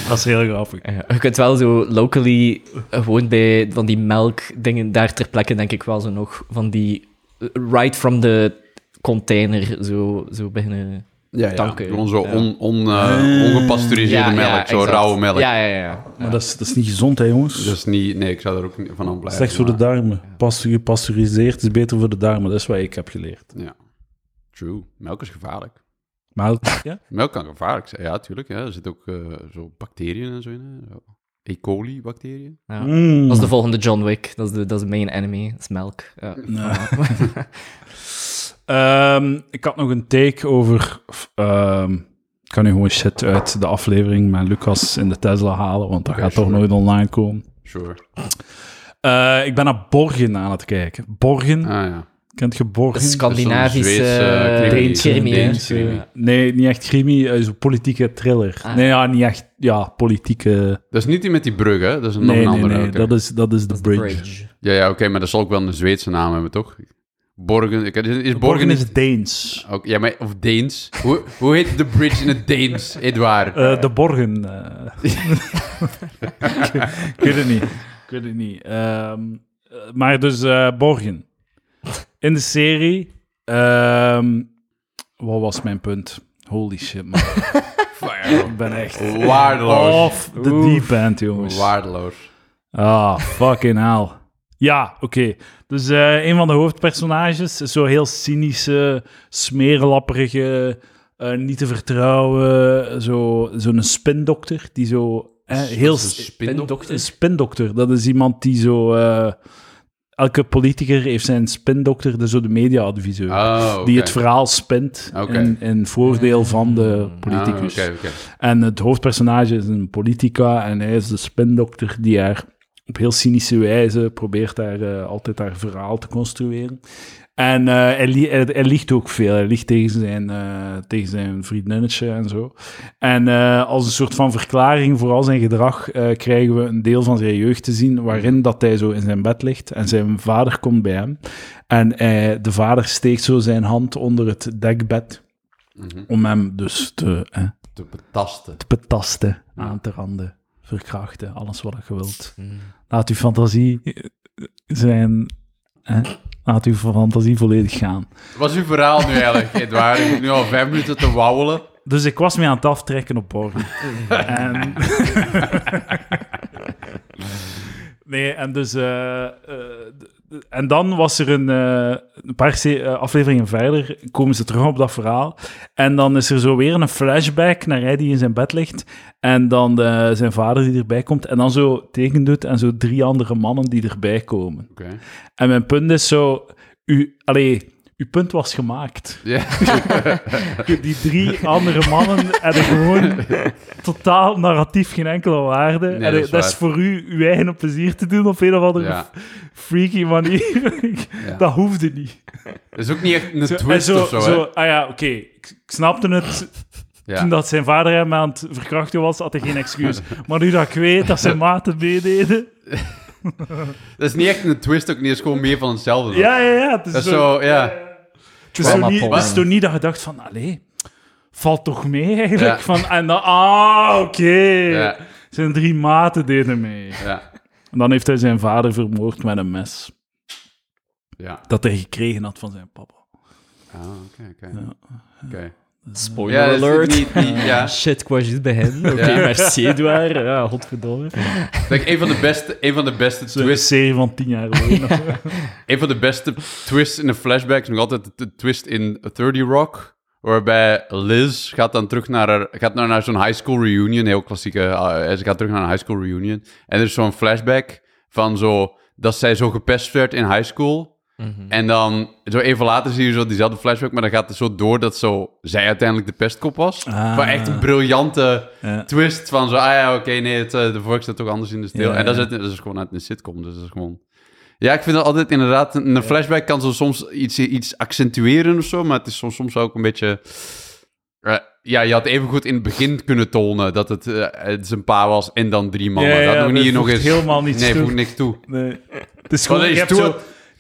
Speaker 1: Dat is heel grappig.
Speaker 2: Ja, je kunt wel zo locally eh, gewoon bij van die melkdingen daar ter plekke, denk ik wel zo nog. Van die eh, right from the container zo, zo beginnen.
Speaker 3: Ja, ja.
Speaker 2: Tanken.
Speaker 3: Gewoon zo on, on, eh, ongepasteuriseerde melk, zo
Speaker 2: exact.
Speaker 3: rauwe melk.
Speaker 2: Ja, ja, ja.
Speaker 1: Maar dat is, dat is niet gezond, hè, jongens.
Speaker 3: Dat is niet... Nee, ik zou daar ook niet van aan blijven.
Speaker 1: Slecht voor de
Speaker 3: maar-
Speaker 1: darmen. Pas, gepasteuriseerd is beter voor de darmen. Dat is wat ik heb geleerd.
Speaker 3: Ja. True. Melk is gevaarlijk.
Speaker 1: Maar ja?
Speaker 3: Melk kan gevaarlijk zijn. Ja, tuurlijk. Ja. Er zitten ook eh, zo bacteriën en zo in. hè. Zo. E. coli-bacteriën.
Speaker 2: ja.
Speaker 1: Mm.
Speaker 2: Dat is de volgende John Wick. Dat is de, dat is de main enemy. Dat is melk. Ja.
Speaker 1: Ehm, ik had nog een take over. f- ehm, ik kan nu gewoon shit uit de aflevering met Lucas in de Tesla halen, want dat gaat toch nooit online komen.
Speaker 3: Sure.
Speaker 1: Eh, ik ben naar Borgen aan het kijken. Borgen,
Speaker 3: Ah ja.
Speaker 1: Kent je Borg?
Speaker 2: Scandinavische
Speaker 3: Zweedse
Speaker 2: eh,
Speaker 3: krimi.
Speaker 2: krimi, hè?
Speaker 3: Deens krimi.
Speaker 1: Nee, niet echt crimi, eh, zo'n politieke thriller.
Speaker 2: Ah.
Speaker 1: Nee, ja, niet echt, ja, politieke...
Speaker 3: Dat is niet die met die brug, hè? Dat is een, nog
Speaker 1: Nee,
Speaker 3: een
Speaker 1: nee,
Speaker 3: andere.
Speaker 1: nee,
Speaker 3: oké.
Speaker 1: dat is, dat is The
Speaker 2: Dat is de
Speaker 1: Bridge.
Speaker 2: Bridge.
Speaker 3: Ja, ja oké, maar dat zal ook wel een Zweedse naam hebben, toch? Borgen. ik- Is, is Borgen,
Speaker 1: Borgen
Speaker 3: niet-
Speaker 1: is Deens.
Speaker 3: Ook, ja, maar, of Deens. Hoe, hoe heet de bridge in het Deens, Edouard?
Speaker 1: Eh, de Borgen. eh. ik weet het niet. Ik weet het niet. Ehm, eh, maar dus eh, Borgen. In de serie... ehm, wat was mijn punt? Holy shit, man. Ik ben echt...
Speaker 3: Waardeloos.
Speaker 1: Off the deep end, jongens.
Speaker 3: Waardeloos.
Speaker 1: Ah, fucking hell. Ja, oké. Dus eh, een van de hoofdpersonages is zo'n heel cynische, smeerlapperige, eh, niet te vertrouwen, zo- zo'n spindokter die zo... eh, heel
Speaker 3: Dat is een
Speaker 1: s-
Speaker 3: spindokter?
Speaker 1: Een spindokter, dat is iemand die zo... eh, elke politiker heeft zijn spindokter, dus zo de media-adviseur.
Speaker 3: Oh, oké.
Speaker 1: Die het verhaal spint
Speaker 3: Oké.
Speaker 1: in, in voordeel van de
Speaker 3: Ah,
Speaker 1: politicus.
Speaker 3: Oké, oké.
Speaker 1: En het hoofdpersonage is een politica en hij is de spindokter die haar op heel cynische wijze probeert haar, eh, altijd haar verhaal te construeren. En eh, hij, li- hij, hij liegt ook veel. Hij liegt tegen zijn, eh, tegen zijn vriendinnetje en zo. En eh, als een soort van verklaring voor al zijn gedrag eh, krijgen we een deel van zijn jeugd te zien waarin dat hij zo in zijn bed ligt en zijn vader komt bij hem. En hij- de vader steekt zo zijn hand onder het dekbed om hem dus te... hè,
Speaker 3: Te betasten.
Speaker 1: te betasten, aan te randen, verkrachten, alles wat je wilt. Laat uw fantasie eh, zijn. Hè? Laat uw fantasie volledig gaan.
Speaker 3: Wat is uw verhaal nu eigenlijk, Edouard? Ik moet nu al vijf minuten te wauwelen.
Speaker 1: Dus ik was mee aan het aftrekken op Borgen. en... nee, en dus... eh, eh, d- d- en dan was er een, eh, een paar se- eh, afleveringen verder, komen ze terug op dat verhaal. En dan is er zo weer een flashback naar hij die in zijn bed ligt. En dan eh, zijn vader die erbij komt. En dan zo teken doet en zo drie andere mannen die erbij komen.
Speaker 3: Oké.
Speaker 1: En mijn punt is zo... U, allee, uw punt was gemaakt
Speaker 3: Ja.
Speaker 1: die drie andere mannen hebben gewoon totaal narratief geen enkele waarde.
Speaker 3: Nee,
Speaker 1: en
Speaker 3: dat
Speaker 1: dat
Speaker 3: is
Speaker 1: is,
Speaker 3: waar.
Speaker 1: voor u uw eigen plezier te doen op een of andere
Speaker 3: Ja.
Speaker 1: freaky manier. Ik-
Speaker 3: Ja.
Speaker 1: Dat hoefde niet.
Speaker 3: Dat is ook niet echt een
Speaker 1: En
Speaker 3: twist
Speaker 1: zo,
Speaker 3: of zo,
Speaker 1: zo,
Speaker 3: hè?
Speaker 1: ah ja, oké. Ik, ik snapte het.
Speaker 3: Ja.
Speaker 1: Toen dat zijn vader hem aan het verkrachten was, had hij geen excuus. Maar nu dat ik weet dat zijn maten meededen...
Speaker 3: Dat is niet echt een twist, ook niet. Het is gewoon meer van hetzelfde. hoor.
Speaker 1: Ja, ja, ja. Het is,
Speaker 3: Dat is
Speaker 1: zo,
Speaker 3: zo, ja.
Speaker 1: het is, zo
Speaker 2: trauma
Speaker 1: niet, het is
Speaker 2: porn.
Speaker 1: toch niet dat je dacht van... Allee, valt toch mee eigenlijk?
Speaker 3: Ja.
Speaker 1: Van, en dan... Ah, oké.
Speaker 3: Ja,
Speaker 1: Zijn drie maten deden mee.
Speaker 3: ja,
Speaker 1: En dan heeft hij zijn vader vermoord met een mes.
Speaker 3: ja.
Speaker 1: Dat hij gekregen had van zijn papa.
Speaker 3: Ah, oké, oké. Oké.
Speaker 2: Spoiler
Speaker 3: Ja, dat
Speaker 2: alert.
Speaker 3: is niet, niet, ja.
Speaker 2: Shit, ik was juist bij hen. Oké,
Speaker 3: Ja.
Speaker 2: merci Edouard. Ja, godverdomme.
Speaker 3: Like, een, van de beste, een van de beste
Speaker 1: Een
Speaker 3: twists
Speaker 1: serie van tien jaar geleden. of zo.
Speaker 3: Een van de beste twists in de flashback is nog altijd de- de twist in 30 Rock. Waarbij Liz gaat dan terug naar, haar, gaat nou naar, naar zo'n high school reunion. Heel klassieke. eh, ze gaat terug naar een high school reunion. En er is zo'n flashback van zo. Dat zij zo gepest werd in high school. En dan zo even later zie je zo diezelfde flashback. Maar dan gaat het zo door dat zo, zij uiteindelijk de pestkop was.
Speaker 1: Ah.
Speaker 3: Maar echt een briljante
Speaker 1: Ja.
Speaker 3: twist van zo. Ah ja, oké, nee, het, eh, de vork staat ook anders in de stil.
Speaker 1: Ja,
Speaker 3: en dat,
Speaker 1: ja.
Speaker 3: is, uit- dat is gewoon uit een sitcom. Dus dat is gewoon. Ja, ik vind dat altijd inderdaad... Een een flashback kan zo soms iets, iets accentueren of zo, maar het is soms, soms ook een beetje... eh, ja, je had even goed in het begin kunnen tonen dat het, eh, het zijn pa was en dan drie mannen.
Speaker 1: Ja, ja,
Speaker 3: dat doen we
Speaker 1: dat
Speaker 3: hier nog
Speaker 1: voegt
Speaker 3: eens...
Speaker 1: helemaal niets
Speaker 3: Nee,
Speaker 1: toe.
Speaker 3: voegt niks toe.
Speaker 1: Nee. Het is gewoon,
Speaker 3: dat is
Speaker 1: je hebt
Speaker 3: toe-
Speaker 1: zo,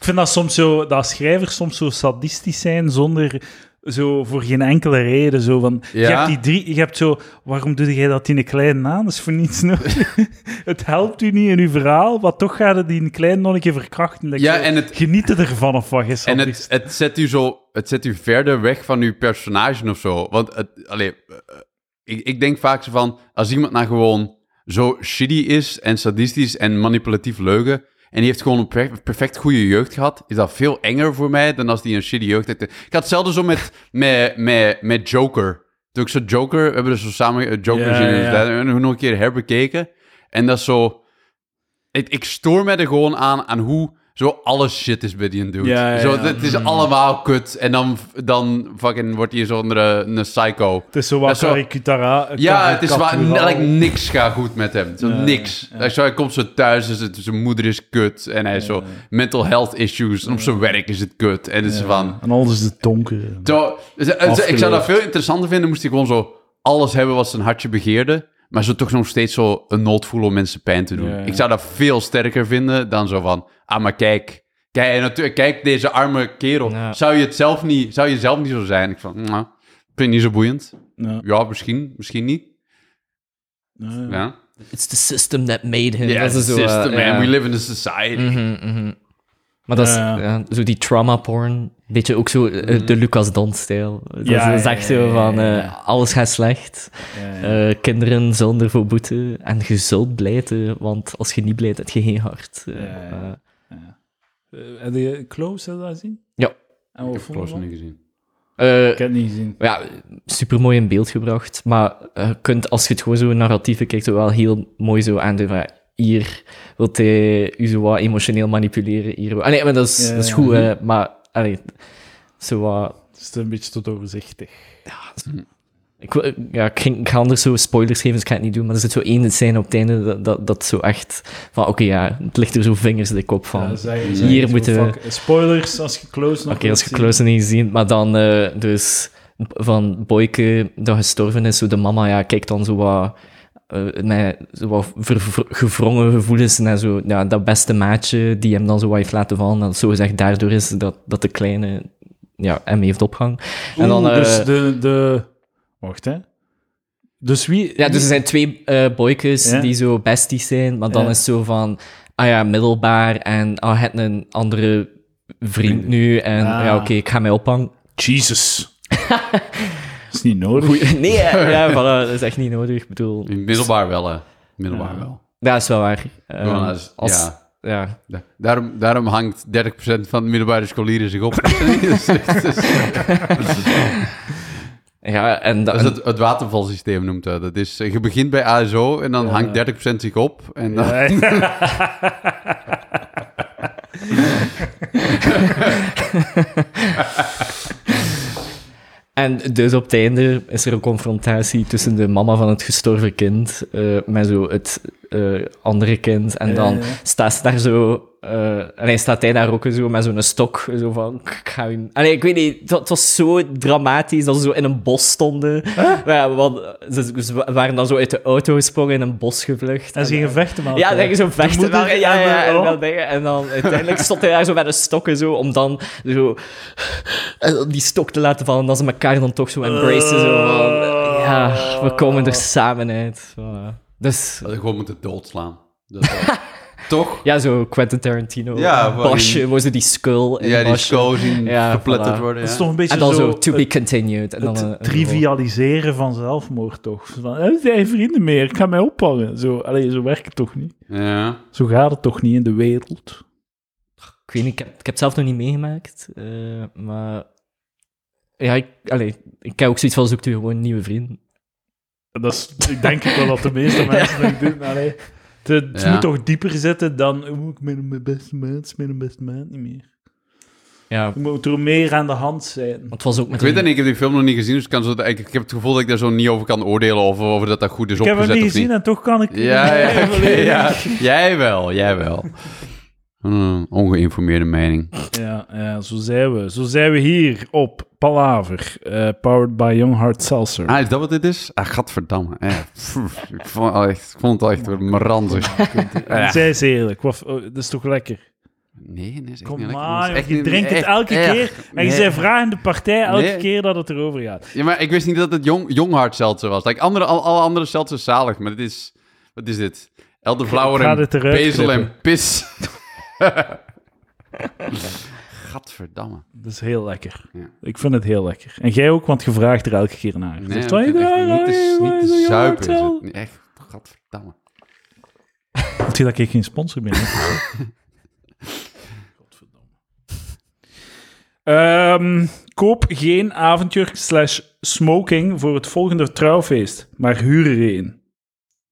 Speaker 1: ik vind dat soms zo, dat schrijvers soms zo sadistisch zijn zonder zo voor geen enkele reden. Zo van, Je
Speaker 3: Ja.
Speaker 1: hebt die drie, je hebt zo, waarom doe jij dat in een kleine aan? Dat is voor niets nodig. het helpt u niet in uw verhaal, maar toch gaat het die een klein nonnetje verkrachten. Like
Speaker 3: Ja,
Speaker 1: zo,
Speaker 3: en het-
Speaker 1: Genieten ervan of wat je
Speaker 3: En het,
Speaker 1: sadist.
Speaker 3: het, zet u zo, het zet u verder weg van uw personage of zo. Want het, allee, eh, ik, ik denk vaak zo van, als iemand nou gewoon zo shitty is en sadistisch en manipulatief leugen, en die heeft gewoon een per- perfect goede jeugd gehad, is dat veel enger voor mij dan als die een shitty jeugd heeft. Ik had hetzelfde zo met, met, met, met Joker. Toen ik zo Joker, we hebben dus zo samen eh, Joker
Speaker 1: Ja,
Speaker 3: gezien,
Speaker 1: ja,
Speaker 3: dus
Speaker 1: ja.
Speaker 3: daar hebben we nog een keer herbekeken. En dat is zo... Ik, ik stoor me er gewoon aan, aan hoe Zo alles shit is bij die een dude.
Speaker 1: Ja, ja,
Speaker 3: zo,
Speaker 1: ja.
Speaker 3: Het is allemaal kut. En dan, dan fucking wordt hij zo'n eh, een psycho.
Speaker 1: Het is zo
Speaker 3: Ja,
Speaker 1: wat
Speaker 3: zo-
Speaker 1: karikatara.
Speaker 3: Ja, het is waar.
Speaker 1: karikaturaal.
Speaker 3: Like, niks gaat goed met hem. Zo, niks. Hij, zo, hij komt zo thuis en zijn, zijn moeder is kut. En hij heeft zo mental health issues. En op zijn werk is het kut. En het is van...
Speaker 1: En alles is het donker.
Speaker 3: Zo, dus, eh,
Speaker 1: Afgeleefd.
Speaker 3: ik zou dat veel interessanter vinden. Moest hij gewoon zo alles hebben wat zijn hartje begeerde. Maar zo toch nog steeds zo een nood voelen om mensen pijn te doen.
Speaker 1: Ja, ja.
Speaker 3: Ik zou dat veel sterker vinden dan zo van... Ah, maar kijk. Kijk, en natuurlijk, kijk deze arme kerel.
Speaker 2: Ja.
Speaker 3: Zou je het zelf niet, zou je zelf niet zo zijn? Ik van, nou, vind ik niet zo boeiend.
Speaker 1: Ja.
Speaker 3: Ja, misschien. Misschien niet.
Speaker 1: Ja, ja.
Speaker 3: Ja.
Speaker 2: It's the system that made him.
Speaker 3: Ja,
Speaker 2: dat is zo, eh,
Speaker 3: system, man.
Speaker 2: ja.
Speaker 3: We live in a society.
Speaker 2: Mhm, mhm. Maar dat is
Speaker 1: Ja. Mm.
Speaker 2: ja, zo die trauma porn. Beetje ook zo eh, de Lucas Don-stijl. Dat
Speaker 1: Ja, ja,
Speaker 2: is echt zo van eh, alles gaat slecht. Eh, kinderen zullen ervoor boeten. En je zult blijten, want als je niet blijft, heb je geen hart. Eh,
Speaker 1: ja, ja.
Speaker 2: eh,
Speaker 1: Eh, Heb je Close dat gezien?
Speaker 2: Ja.
Speaker 1: En wat vond je
Speaker 3: Close
Speaker 1: ervan?
Speaker 3: niet gezien.
Speaker 2: eh,
Speaker 1: Ik heb het niet gezien.
Speaker 2: ja, super mooi in beeld gebracht. Maar eh, je kunt, als je het gewoon zo narratief kijkt, wel heel mooi zo aandoen. Van, hier wilt hij u zo wat emotioneel manipuleren. Hier. wil- Ah, nee, maar dat is,
Speaker 1: Ja,
Speaker 2: dat is
Speaker 1: ja.
Speaker 2: goed, hè, maar allee, zo wat.
Speaker 1: Het is een beetje tot overzichtig.
Speaker 2: Ik, wil- ja, ik, ging- ik ga anders zo spoilers geven, dus ik ga het niet doen. Maar er zit zo één scène op het einde dat, dat, dat zo echt van: oké, ja, het ligt er zo vingersdik op van.
Speaker 1: Ja, zij-
Speaker 3: Hier
Speaker 1: zij zo,
Speaker 2: moeten we-
Speaker 1: fuck, Spoilers als je Close nog
Speaker 2: Oké, als je
Speaker 1: wilt
Speaker 2: Close niet gezien, maar dan eh, dus van Boyke dat gestorven is, zo de mama ja, kijkt dan zo wat, eh, met zo wat ver- ver- gevrongen gevoelens naar zo, ja, dat beste maatje die hem dan zo wat heeft laten vallen. Dat het zogezegd daardoor is dat, dat de kleine ja, hem heeft opgehangen.
Speaker 1: zien.
Speaker 2: en dan,
Speaker 1: Oeh,
Speaker 2: eh,
Speaker 1: dus de, de... Wacht, hè. Dus wie...
Speaker 2: Ja, dus er zijn twee eh boykes
Speaker 1: Ja.
Speaker 2: die zo besties zijn, maar dan
Speaker 1: Ja.
Speaker 2: is zo van, ah ja, middelbaar en ah, het een andere vriend nu en
Speaker 1: Ah.
Speaker 2: ja, oké, ik ga mij ophangen.
Speaker 1: Jesus. is niet nodig.
Speaker 2: Nee, ja, ja, voilà, dat is echt niet nodig. Ik bedoel,
Speaker 3: Middelbaar wel, hè. Middelbaar wel.
Speaker 2: dat is wel waar. Ehm,
Speaker 3: Ja, dat is-
Speaker 2: als, ja.
Speaker 3: ja. Da- Daarom, daarom hangt 30% van de middelbare scholieren zich op. Dus dat
Speaker 2: Ja, en dat,
Speaker 3: is het, het watervalsysteem noemt dat. dat is, eh, je begint bij ASO en dan hangt 30% zich op. En dan,
Speaker 2: en dus op het einde is er een confrontatie tussen de mama van het gestorven kind eh, met zo het eh, andere kind. En
Speaker 1: Ja,
Speaker 2: dan
Speaker 1: ja.
Speaker 2: staat ze daar zo... eh, en hij staat hij daar ook zo met zo'n stok, zo van, ik ga u... Allee, ik weet niet, het, wa- het was zo dramatisch dat ze zo in een bos stonden. Ja, want ze, ze waren dan zo uit de auto gesprongen, in een bos gevlucht.
Speaker 1: En ze gingen vechten, maar...
Speaker 2: Ja, denk je zo vechten.
Speaker 1: moeder
Speaker 2: wel, ja,
Speaker 1: en de-
Speaker 2: ja, en,
Speaker 1: oh.
Speaker 2: wel dingen. en dan uiteindelijk stond hij daar zo met een stok en zo, om dan zo en om die stok te laten vallen. En dan ze elkaar dan toch zo embracen. Zo van, ja, we komen er samen uit. Voilà. Dus
Speaker 3: dat gewoon moeten doodslaan. Dat is wel- Toch?
Speaker 2: ja, zo Quentin Tarantino.
Speaker 3: Ja, waarin-
Speaker 2: Basje, waar ze die skull in
Speaker 3: Ja, die
Speaker 2: Basje.
Speaker 3: school zien
Speaker 2: Ja,
Speaker 3: verpletterd
Speaker 2: voilà.
Speaker 3: worden.
Speaker 1: Het is
Speaker 3: ja.
Speaker 1: toch een beetje
Speaker 2: En dan zo,
Speaker 1: zo
Speaker 2: to be continued. En dan eh,
Speaker 1: het
Speaker 2: een- een-
Speaker 1: trivialiseren van zelfmoord, toch? Van, "Eh, zijn vrienden meer, ik ga mij ophangen. Zo, allee, zo werkt het toch niet?
Speaker 3: Ja.
Speaker 1: Zo gaat het toch niet in de wereld?
Speaker 2: Ik weet niet, ik heb, ik heb het zelf nog niet meegemaakt. eh, maar ja, ik, allee, ik heb ook zoiets van zoek u gewoon nieuwe vrienden.
Speaker 1: Dat is, ik denk wel dat de meeste mensen dat doen. Allee, het het
Speaker 3: Ja.
Speaker 1: moet toch dieper zitten dan... Oh, ik ben mijn beste maat, ik ben mijn beste maat niet meer.
Speaker 2: Ja,
Speaker 1: Je moet er meer aan de hand zijn.
Speaker 2: Want het was ook met
Speaker 3: Ik weet
Speaker 2: een-
Speaker 3: dat niet, ik heb die film nog niet gezien, dus ik, kan zo, ik, ik heb het gevoel dat ik daar zo niet over kan oordelen of, of dat, dat goed is
Speaker 1: Ik heb hem niet
Speaker 3: Dus opgezet of niet.
Speaker 1: gezien en toch kan ik...
Speaker 3: Ja, ja,
Speaker 1: Even
Speaker 3: oké,
Speaker 1: leren.
Speaker 3: ja. jij wel, jij wel. Hmm, ongeïnformeerde mening.
Speaker 1: Ja, ja, zo zijn we. Zo zijn we hier op Palaver, eh, powered by Young Heart Seltzer.
Speaker 3: Ah, is dat wat dit is? Ah, gadverdamme. Eh, pff, ik, vond, het al echt- ik vond het al echt weer maranzig.
Speaker 1: En Zij is eerlijk. Wat, oh, dat is toch lekker?
Speaker 3: Nee, nee, is echt niet
Speaker 1: Kom
Speaker 3: lekker.
Speaker 1: maar,
Speaker 3: Dat is
Speaker 1: joh,
Speaker 3: echt
Speaker 1: je
Speaker 3: niet-
Speaker 1: drinkt het
Speaker 3: echt
Speaker 1: elke
Speaker 3: erg.
Speaker 1: keer en je
Speaker 3: Nee.
Speaker 1: zij vragen de partij elke
Speaker 3: Nee.
Speaker 1: keer dat het erover gaat.
Speaker 3: Ja, maar ik wist niet dat het jong, jonghard seltzer was. Like, andere, al, alle andere seltzers zalig, maar dit is... Wat is dit? Elderflower
Speaker 1: Ik ga
Speaker 3: en
Speaker 1: dit eruit
Speaker 3: basil
Speaker 1: knippen.
Speaker 3: en pis. Gadverdamme.
Speaker 1: Dat is heel lekker.
Speaker 3: Ja.
Speaker 1: Ik vind het heel lekker. En jij ook, want je vraagt er elke keer naar. Je
Speaker 3: Nee,
Speaker 1: zegt,
Speaker 3: ik
Speaker 1: "Wat
Speaker 3: vind
Speaker 1: je
Speaker 3: echt
Speaker 1: daar-
Speaker 3: niet te,
Speaker 1: wat
Speaker 3: niet
Speaker 1: is
Speaker 3: te
Speaker 1: dat, Young Heart
Speaker 3: suiker is
Speaker 1: Seltzer?"
Speaker 3: het. Echt, gadverdamme.
Speaker 1: Ik zie dat ik geen sponsor ben. Godverdomme. Ehm, koop geen avondjurk slash smoking voor het volgende trouwfeest, maar huur er een.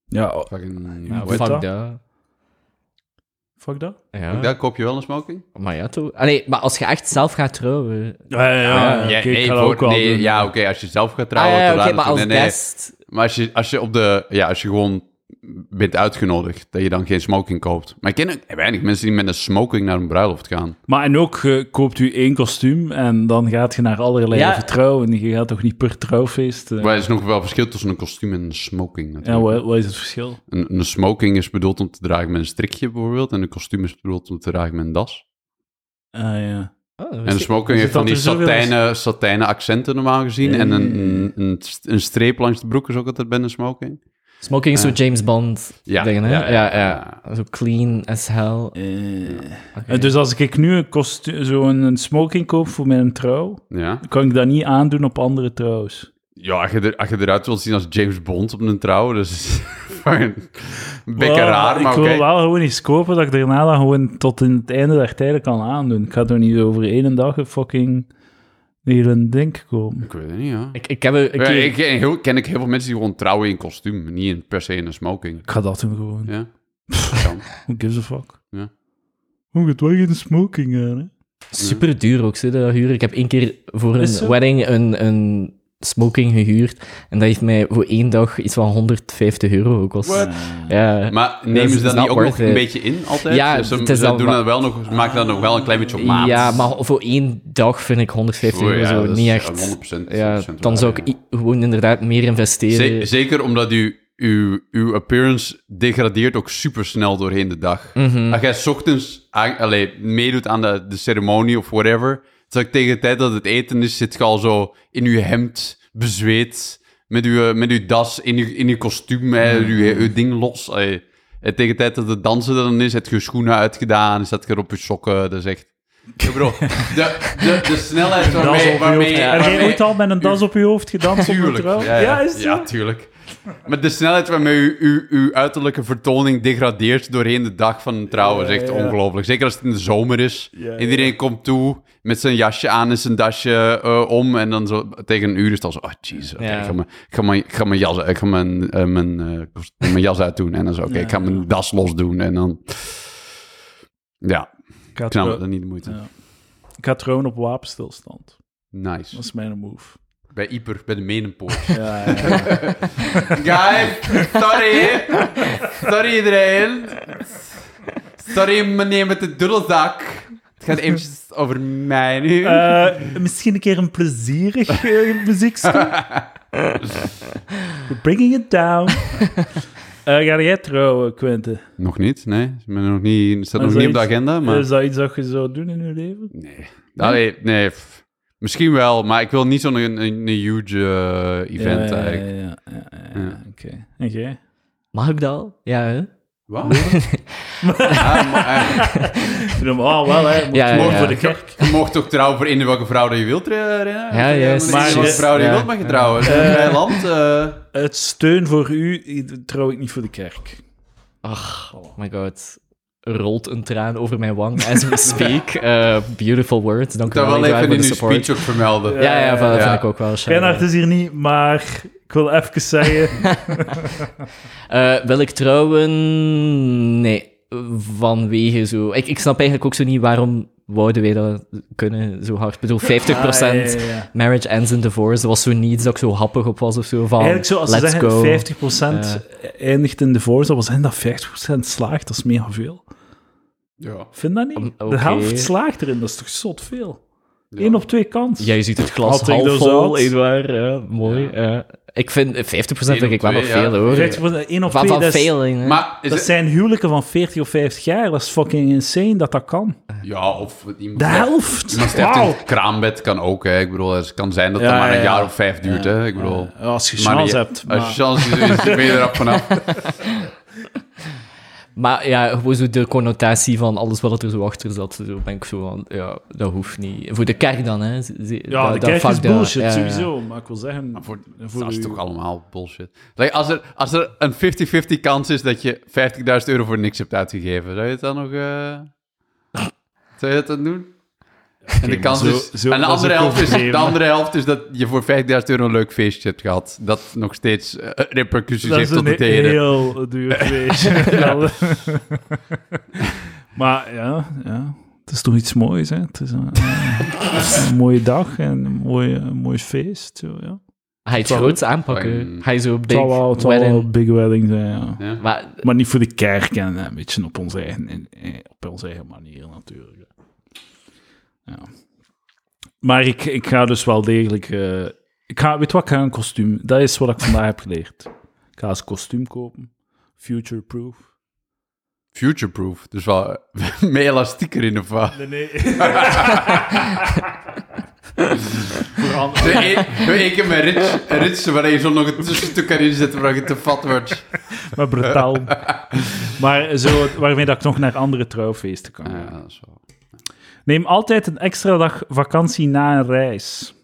Speaker 1: Ja, oh.
Speaker 3: Fucking...
Speaker 1: Nou,
Speaker 3: wet-
Speaker 1: weet
Speaker 2: Fuck
Speaker 1: dat.
Speaker 2: dat.
Speaker 1: Fuck dat?
Speaker 2: Ja.
Speaker 3: Daar koop je wel een smoking?
Speaker 2: Maar ja, toch. Allee, maar als je echt zelf gaat trouwen...
Speaker 1: Ja, ja, ja.
Speaker 3: Oh, Ja,
Speaker 1: Oké, ik
Speaker 3: nee,
Speaker 1: ga dat
Speaker 3: voor-
Speaker 1: ook wel
Speaker 3: nee,
Speaker 1: doen.
Speaker 3: ja, oké, als je zelf gaat
Speaker 2: Ah,
Speaker 3: trouwen.
Speaker 2: ja,
Speaker 3: te
Speaker 2: oké,
Speaker 3: laat
Speaker 2: maar
Speaker 3: doen.
Speaker 2: als
Speaker 3: Nee, nee.
Speaker 2: best...
Speaker 3: Maar als je, als je op de, ja, als je gewoon bent uitgenodigd, dat je dan geen smoking koopt. Maar ik ken ook weinig mensen die met een smoking naar een bruiloft gaan.
Speaker 1: Maar en ook, je koopt u één kostuum en dan gaat je naar allerlei
Speaker 2: Ja.
Speaker 1: vertrouwen. Je gaat toch niet per trouwfeest? eh?
Speaker 3: Maar er is nog wel verschil tussen een kostuum en een smoking.
Speaker 1: Ja,
Speaker 3: natuurlijk.
Speaker 1: wat, wat is het verschil?
Speaker 3: Een, een smoking is bedoeld om te dragen met een strikje bijvoorbeeld, en een kostuum is bedoeld om te dragen met een das.
Speaker 1: Ah ja.
Speaker 2: Oh, dat
Speaker 3: En dus een
Speaker 2: wist ik.
Speaker 3: smoking
Speaker 1: Zit
Speaker 3: heeft
Speaker 1: dat
Speaker 3: van die
Speaker 1: er zoveel
Speaker 3: satijnen, satijnen accenten normaal gezien. En een, een, een, st- een streep langs de broek is ook altijd bij een smoking.
Speaker 2: Smoking is zo James Bond
Speaker 3: Ja,
Speaker 2: dingen, hè?
Speaker 3: ja,
Speaker 2: Ja,
Speaker 3: ja,
Speaker 2: ja, Zo clean as hell.
Speaker 1: Eh, en Dus als ik nu een kostu- zo'n een smoking koop voor mijn trouw,
Speaker 3: Ja.
Speaker 1: kan ik dat niet aandoen op andere trouws.
Speaker 3: Ja, als je, er, als je eruit wilt zien als James Bond op een trouw, dus is een beetje
Speaker 1: Wel,
Speaker 3: raar, maar
Speaker 1: Ik
Speaker 3: oké.
Speaker 1: wil wel gewoon iets kopen dat ik daarna dan gewoon tot in het einde der tijden kan aandoen. Ik ga toch niet over één dag een fucking hele ding kopen.
Speaker 3: Ik weet het niet, ja.
Speaker 2: Ik, ik heb een een
Speaker 3: Ja,
Speaker 2: keer...
Speaker 3: ik ken, heel, ken ik heel veel mensen die gewoon trouwen in kostuum, niet in, per se in een smoking.
Speaker 1: Ik ga dat doen gewoon.
Speaker 3: Ja. Kan.
Speaker 1: Who gives a fuck?
Speaker 3: Ja.
Speaker 1: Oh, het wel geen smoking aan, hè?
Speaker 2: Super duur ook, ze, dat huren. Ik heb één keer voor
Speaker 1: Is
Speaker 2: een
Speaker 1: zo?
Speaker 2: wedding een, een smoking gehuurd. En dat heeft mij voor één dag iets van 150 euro gekost. Ja.
Speaker 3: Maar
Speaker 2: Dat
Speaker 3: nemen ze
Speaker 2: is
Speaker 3: dat
Speaker 2: not
Speaker 3: niet ook nog
Speaker 2: worth it.
Speaker 3: een beetje in altijd?
Speaker 2: Ja,
Speaker 3: ze,
Speaker 2: het is
Speaker 3: ze
Speaker 2: dan
Speaker 3: doen
Speaker 2: wa-
Speaker 3: dat wel nog, ze maken dat nog wel een klein beetje op maat.
Speaker 2: ja, maar voor één dag vind ik 150
Speaker 3: Oh,
Speaker 2: euro
Speaker 3: ja,
Speaker 2: zo
Speaker 3: dat is
Speaker 2: niet
Speaker 3: ja, 100%
Speaker 2: echt... Ja,
Speaker 3: waar,
Speaker 2: dan zou
Speaker 3: ja.
Speaker 2: ik i- gewoon inderdaad meer investeren.
Speaker 3: Ze- zeker omdat uw, uw, uw appearance degradeert ook super snel doorheen de dag. Als jij 's ochtends aan- allee, meedoet aan de, de ceremonie of whatever, terwijl ik tegen de tijd dat het eten is, zit je al zo in uw hemd, bezweet, met uw, met uw das, in uw, in uw kostuum, hè, uw, uw ding los. allee. En tegen de tijd dat het dansen er dan is, heb je je schoenen uitgedaan, zat je op je sokken, dat is echt... Ja, bro, de, de, de snelheid
Speaker 1: das
Speaker 3: waarmee...
Speaker 1: op je hoofd.
Speaker 3: waarmee,
Speaker 1: Heb jij
Speaker 3: waarmee-
Speaker 1: ooit al met een das op je hoofd gedanst op een
Speaker 3: Tuurlijk.
Speaker 1: trouw?
Speaker 3: Ja, ja.
Speaker 1: is het
Speaker 3: Ja,
Speaker 1: zo?
Speaker 3: tuurlijk. Maar de snelheid waarmee u, u, uw uiterlijke vertoning degradeert doorheen de dag van een trouw is echt
Speaker 1: Ja, ja.
Speaker 3: ongelooflijk. Zeker als het in de zomer is.
Speaker 1: Ja,
Speaker 3: Iedereen komt toe met zijn jasje aan en zijn dasje eh, om. En dan zo, tegen een uur is het al zo, oh jeez, oké,
Speaker 2: Ja.
Speaker 3: ik ga mijn- ik ga mijn- ik ga mijn jas, ik ga mijn, eh, mijn, eh, kost- mijn jas uitdoen. En dan zo, oké, ik ga mijn das losdoen. En dan, ja,
Speaker 1: Ik ga
Speaker 3: ik snap
Speaker 1: trou-
Speaker 3: het, dat is niet de moeite.
Speaker 1: Ja. ik ga trouwen op wapenstilstand.
Speaker 3: Nice.
Speaker 1: Dat is mijn move.
Speaker 3: Bij Ieper, bij de Menenpoort.
Speaker 1: Ja, ja, ja.
Speaker 3: Guys, sorry. Sorry iedereen. Sorry meneer met de doedelzak. Het gaat eventjes over mij nu.
Speaker 1: Eh, misschien een keer een plezierig eh, muziekstuk. We're bringing it down. Eh, ga jij trouwen, Quentin?
Speaker 3: nog niet, nee. Ik ben nog niet, staat
Speaker 1: Maar
Speaker 3: nog
Speaker 1: zou
Speaker 3: niet op de
Speaker 1: iets-
Speaker 3: agenda, maar...
Speaker 1: Is dat iets dat je zou doen in je leven?
Speaker 3: Nee. Allee, nee. pff. Misschien wel, maar ik wil niet zo'n een, een, een huge eh, event
Speaker 1: ja, ja, ja,
Speaker 3: eigenlijk.
Speaker 1: ja, ja, ja, ja,
Speaker 3: Ja.
Speaker 1: Oké. Oké.
Speaker 2: Mag ik dat al? Ja, hè?
Speaker 3: Wat? Ah, maar,
Speaker 1: Ik vind hem al wel, hè. Moet
Speaker 2: Ja, ja,
Speaker 1: morgen
Speaker 2: ja.
Speaker 1: voor de kerk.
Speaker 3: eh, je mocht toch trouwen voor in welke vrouw dat je wilt, Renna?
Speaker 2: Ja, juist.
Speaker 3: Maar welke
Speaker 1: Maar-
Speaker 3: vrouw die je
Speaker 2: Ja.
Speaker 3: wilt mag je trouwen. Het is een vrij land. eh.
Speaker 1: Het steun voor u eh, trouw ik niet voor de kerk.
Speaker 2: Ach, oh my god. Er Rolt een traan over mijn wang as we speak. Eh, beautiful words. Dank u
Speaker 3: Dat
Speaker 2: wel.
Speaker 3: wel even
Speaker 2: Ibrahim, voor
Speaker 3: in uw
Speaker 2: de support.
Speaker 3: speech ook vermelden.
Speaker 2: Ja, ja, van- dat
Speaker 3: Ja.
Speaker 2: vind ik ook wel. shout-out.
Speaker 1: Reinhard is hier niet, maar ik wil even zeggen...
Speaker 2: Eh, wil ik trouwen? Nee. Vanwege zo... Ik, ik snap eigenlijk ook zo niet waarom wouden wij dat kunnen zo hard. Ik bedoel, 50%
Speaker 1: Ah, ja, ja, ja.
Speaker 2: marriage ends in divorce. Dat was zo niets dat ik zo happig op was of zo. Van,
Speaker 1: Eigenlijk zo, als ze
Speaker 2: let's
Speaker 1: zeggen
Speaker 2: go.
Speaker 1: 50% eindigt in de voorzet, dat wil zeggen dat 50% slaagt, dat is mega veel.
Speaker 3: Ja.
Speaker 1: Vind dat niet?
Speaker 2: Um,
Speaker 1: De
Speaker 2: oké.
Speaker 1: helft slaagt erin, dat is toch zot veel? Eén op twee kans.
Speaker 2: Jij ziet het glas
Speaker 1: Had ik
Speaker 2: half
Speaker 1: dat
Speaker 2: vol,
Speaker 1: zat?
Speaker 2: Edouard. Ja, mooi. ja. Ik vind 50% vind
Speaker 3: Eén
Speaker 2: ik
Speaker 3: op
Speaker 2: wel nog
Speaker 3: twee, ja.
Speaker 2: veel, hoor.
Speaker 1: 50%, één op
Speaker 2: Van,
Speaker 1: twee,
Speaker 2: van
Speaker 1: dat, is-
Speaker 2: veel, hè.
Speaker 3: Maar is
Speaker 1: dat
Speaker 3: het-
Speaker 1: zijn huwelijken van 40 of 50 jaar. Dat is fucking insane dat dat kan.
Speaker 3: Ja, of iemand,
Speaker 1: De
Speaker 3: sterft-
Speaker 1: helft!
Speaker 3: iemand sterft in
Speaker 1: Wauw!
Speaker 3: het kraambed kan ook. Hè. Ik bedoel, het kan zijn dat
Speaker 1: Ja,
Speaker 3: dat maar een
Speaker 1: ja,
Speaker 3: jaar
Speaker 1: ja.
Speaker 3: of vijf duurt. Hè. Ik bedoel,
Speaker 1: Ja, als je
Speaker 3: maar
Speaker 1: chance
Speaker 3: je-
Speaker 1: hebt.
Speaker 3: Als
Speaker 1: maar-
Speaker 3: je chance is, ben je eraf vanaf.
Speaker 2: Maar ja, gewoon zo de connotatie van alles wat er zo achter zat, zo ben ik zo van, ja, dat hoeft niet. Voor de kerk dan, hè. Ze- ze-
Speaker 1: Ja,
Speaker 2: dat-
Speaker 1: de
Speaker 2: dat
Speaker 1: kerk
Speaker 2: vak
Speaker 1: is
Speaker 2: daar.
Speaker 1: bullshit,
Speaker 2: Ja, ja.
Speaker 1: sowieso. Maar ik wil zeggen...
Speaker 3: voor-
Speaker 1: voor
Speaker 3: dat is
Speaker 1: u-
Speaker 3: toch allemaal bullshit. Like, als, er, als er een 50-50 kans is dat je 50.000 euro voor niks hebt uitgegeven, zou je het dan nog... eh, zou je dat dan doen? en de
Speaker 1: maar
Speaker 3: kans
Speaker 1: zo-
Speaker 3: is...
Speaker 1: zo-
Speaker 3: en de
Speaker 1: dat is
Speaker 3: andere,
Speaker 1: ook
Speaker 3: helft is,
Speaker 1: overdreven.
Speaker 3: de andere helft is dat je voor 5.000 euro een leuk feestje hebt gehad. Dat nog steeds eh,
Speaker 1: e-
Speaker 3: repercussies
Speaker 1: Dat is
Speaker 3: heeft tot
Speaker 1: een
Speaker 3: de heden.
Speaker 1: heel duur feestje. Nou, eh. Maar ja, ja, het is toch iets moois, hè? Het is een, eh, een mooie dag en een mooi, eh, een mooi feest. Zo, ja.
Speaker 2: Ga je iets groots aanpakken? Ga je zo
Speaker 1: Het
Speaker 2: big
Speaker 1: zal wel, het zal wel
Speaker 2: wedding?
Speaker 1: een big wedding zijn, ja.
Speaker 3: Ja.
Speaker 2: Maar
Speaker 1: Maar niet voor de kerk en eh, een beetje op onze eigen, in- eh, op onze eigen manier natuurlijk. ja. Ja. Maar ik, ik ga dus wel degelijk... eh, ik ga, weet je wat, ik ga een kostuum... Dat is wat ik vandaag heb geleerd. Ik ga eens kostuum kopen. Future-proof.
Speaker 3: Futureproof. Dus wel eh, meer elastieker in de vaart.
Speaker 1: Nee, nee.
Speaker 3: Ik heb mijn rits, ritsen waarin je zo nog een tussenstuk erin zet waar je te vat wordt.
Speaker 1: maar brutaal. maar zo, waarmee dat ik nog naar andere trouwfeesten kan. gaan.
Speaker 3: Ah Ja, dat is wel.
Speaker 1: Neem altijd een extra dag vakantie na een reis.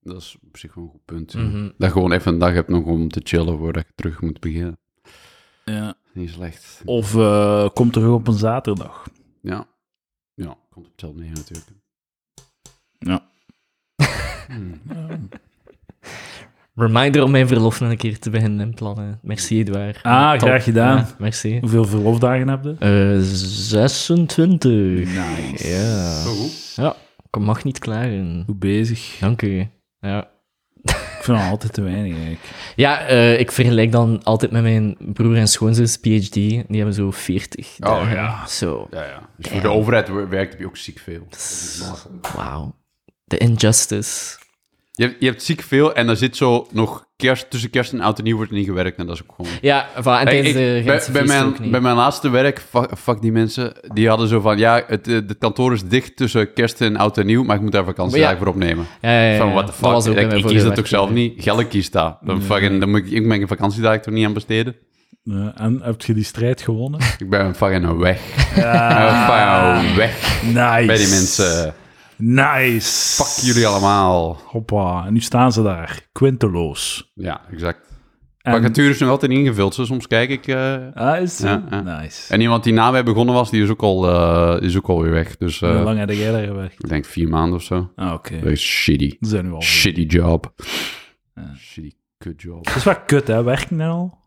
Speaker 3: Dat is op zich wel een goed punt. ja.
Speaker 2: Mhm.
Speaker 3: Dat je gewoon even een dag hebt nog om te chillen voordat je terug moet beginnen. Niet slecht.
Speaker 1: Of eh, kom terug op een zaterdag.
Speaker 3: Ja. Ja, komt op hetzelfde neer natuurlijk.
Speaker 1: Ja.
Speaker 3: Hmm.
Speaker 2: reminder om mijn verlof nog een keer te beginnen inplannen. Merci, Edouard.
Speaker 1: Ah,
Speaker 2: Top.
Speaker 1: graag gedaan.
Speaker 2: Ja, merci.
Speaker 1: Hoeveel verlofdagen heb je?
Speaker 2: Eh 26.
Speaker 1: Nice.
Speaker 2: Ja.
Speaker 3: Zo goed.
Speaker 2: ja, ik mag niet klagen.
Speaker 1: Goed bezig.
Speaker 2: Dank u. Ja,
Speaker 1: Ik vind dat altijd te weinig eigenlijk.
Speaker 2: ja eh, ik vergelijk dan altijd met mijn broer en schoonzus, PhD. Die hebben zo 40. Oh
Speaker 3: ja.
Speaker 2: Zo,
Speaker 3: Ja, ja. Dus voor de overheid wer- werkt heb je ook ziek veel.
Speaker 2: wauw. The injustice.
Speaker 3: Je hebt, je hebt ziek veel en daar zit zo nog kerst, tussen kerst en oud en nieuw wordt er niet gewerkt. En dat is ook gewoon...
Speaker 2: Ja, voilà, en
Speaker 3: Hey,
Speaker 2: tijdens
Speaker 3: ik-
Speaker 2: de
Speaker 3: bij,
Speaker 2: Gentse
Speaker 3: bij
Speaker 2: feesten
Speaker 3: mijn,
Speaker 2: ook niet.
Speaker 3: bij mijn laatste werk, fuck, fuck die mensen, die hadden zo van, ja, het, eh, het kantoor is dicht tussen kerst en oud en nieuw, maar ik moet daar vakantiedagen
Speaker 2: Ja.
Speaker 3: voor opnemen.
Speaker 2: Ja, ja, ja, ja.
Speaker 3: Van, what the
Speaker 2: Dat was
Speaker 3: fuck,
Speaker 2: ook bij
Speaker 3: ik,
Speaker 2: mijn
Speaker 3: ik kies
Speaker 2: vorige
Speaker 3: dat ook zelf
Speaker 2: werkgever.
Speaker 3: niet. Gelle kiest dat. Dan, fucking, dan moet ik, ik mijn vakantiedagen toch niet aan besteden.
Speaker 1: Ja, en heb je die strijd gewonnen?
Speaker 3: Ik ben fucking weg. Ja. weg
Speaker 1: Nice.
Speaker 3: bij die mensen.
Speaker 1: Nice.
Speaker 3: Fuck jullie allemaal.
Speaker 1: Hoppa. En nu staan ze daar. Quinteloos.
Speaker 3: Ja, exact.
Speaker 1: En-
Speaker 3: Vacature is nog altijd niet ingevuld, dus soms kijk ik... eh,
Speaker 1: Ah, is het?
Speaker 3: Ja, ja.
Speaker 1: Nice.
Speaker 3: en iemand die na mij begonnen was, die is ook al, eh, is ook al weer weg. Dus eh,
Speaker 1: Hoe lang heb jij daar gewerkt?
Speaker 3: ik denk vier maanden of zo.
Speaker 1: Ah, oké.
Speaker 3: Dat is shitty.
Speaker 1: Ze zijn nu al
Speaker 3: Shitty job. Shitty kut job.
Speaker 1: Dat is wel kut, hè? Werken en al.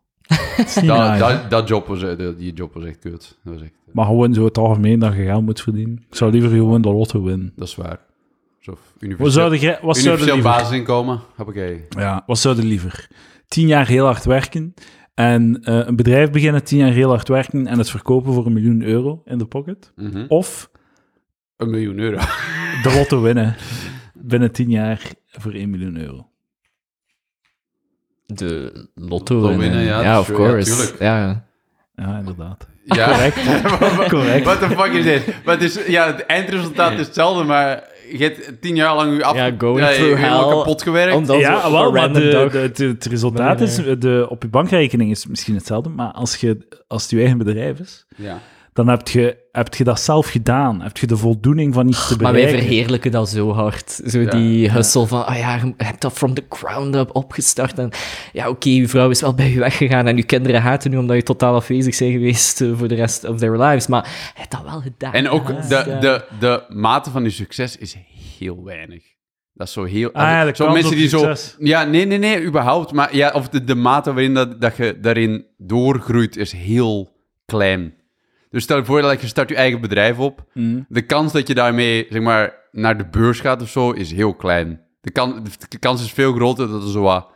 Speaker 1: Dat is niet
Speaker 3: Dat,
Speaker 1: nice.
Speaker 3: dat, dat job was, eh, dat- die job was echt kut. Dat, was echt, eh,
Speaker 1: Maar gewoon zo het algemeen dat je geld moet verdienen. Ik zou liever gewoon de lotto winnen.
Speaker 3: dat is waar. Zo,
Speaker 1: Wat
Speaker 3: universeel,
Speaker 1: zou je, wat zou je
Speaker 3: universeel
Speaker 1: liever?
Speaker 3: basisinkomen. Hoppakee.
Speaker 1: Ja, wat zou je liever? Tien jaar heel hard werken en eh, een bedrijf beginnen, tien jaar heel hard werken en het verkopen voor een miljoen euro in de pocket?
Speaker 3: Mhm.
Speaker 1: Of
Speaker 3: Een miljoen euro.
Speaker 1: de lotto winnen binnen tien jaar voor 1 miljoen euro?
Speaker 2: De lotto
Speaker 3: Lotto winnen,
Speaker 2: winnen.
Speaker 3: ja,
Speaker 2: Ja,
Speaker 3: dat is
Speaker 2: of
Speaker 3: zo, ja,
Speaker 2: course.
Speaker 3: tuurlijk.
Speaker 2: Ja,
Speaker 1: Ja, inderdaad.
Speaker 3: Ja.
Speaker 1: Correct.
Speaker 3: What the fuck is dit? Maar het, is, ja, het eindresultaat is hetzelfde, maar je hebt tien jaar lang je af...
Speaker 2: Ja, going
Speaker 3: je- je
Speaker 2: through
Speaker 3: helemaal
Speaker 2: hell.
Speaker 3: kapot gewerkt.
Speaker 2: Omdat- Dat is op
Speaker 1: ja,
Speaker 2: een
Speaker 1: wel, maar
Speaker 2: random
Speaker 1: de,
Speaker 2: dag.
Speaker 1: de- het- het resultaat is, de, op je bankrekening is misschien hetzelfde, maar als, je, als het je eigen bedrijf is,
Speaker 3: Ja.
Speaker 1: dan heb je, heb je dat zelf gedaan. Heb je de voldoening van iets te
Speaker 2: Maar wij
Speaker 1: bereiken.
Speaker 2: verheerlijken dat zo hard. Zo die hustle van, ah ja, je hebt dat from the ground up opgestart. En ja, oké, uw vrouw is wel bij u weggegaan en uw kinderen haten u omdat je totaal afwezig bent geweest eh, voor de rest of their lives. Maar je hebt dat wel gedaan.
Speaker 3: En ook
Speaker 1: Ah,
Speaker 2: Ja.
Speaker 3: de, de, de mate van je succes is heel weinig. Dat is zo heel...
Speaker 1: Ah, ja, de
Speaker 3: zo
Speaker 1: kans
Speaker 3: mensen
Speaker 1: op
Speaker 3: die
Speaker 1: succes.
Speaker 3: zo... Ja, nee, nee, nee, überhaupt. Maar ja, of de, de mate waarin dat, dat je daarin doorgroeit is heel klein. Dus stel je voor dat je start je eigen bedrijf op. De kans dat je daarmee, zeg maar, naar de beurs gaat of zo, is heel klein. De, kan, de kans is veel groter dat er zo wat...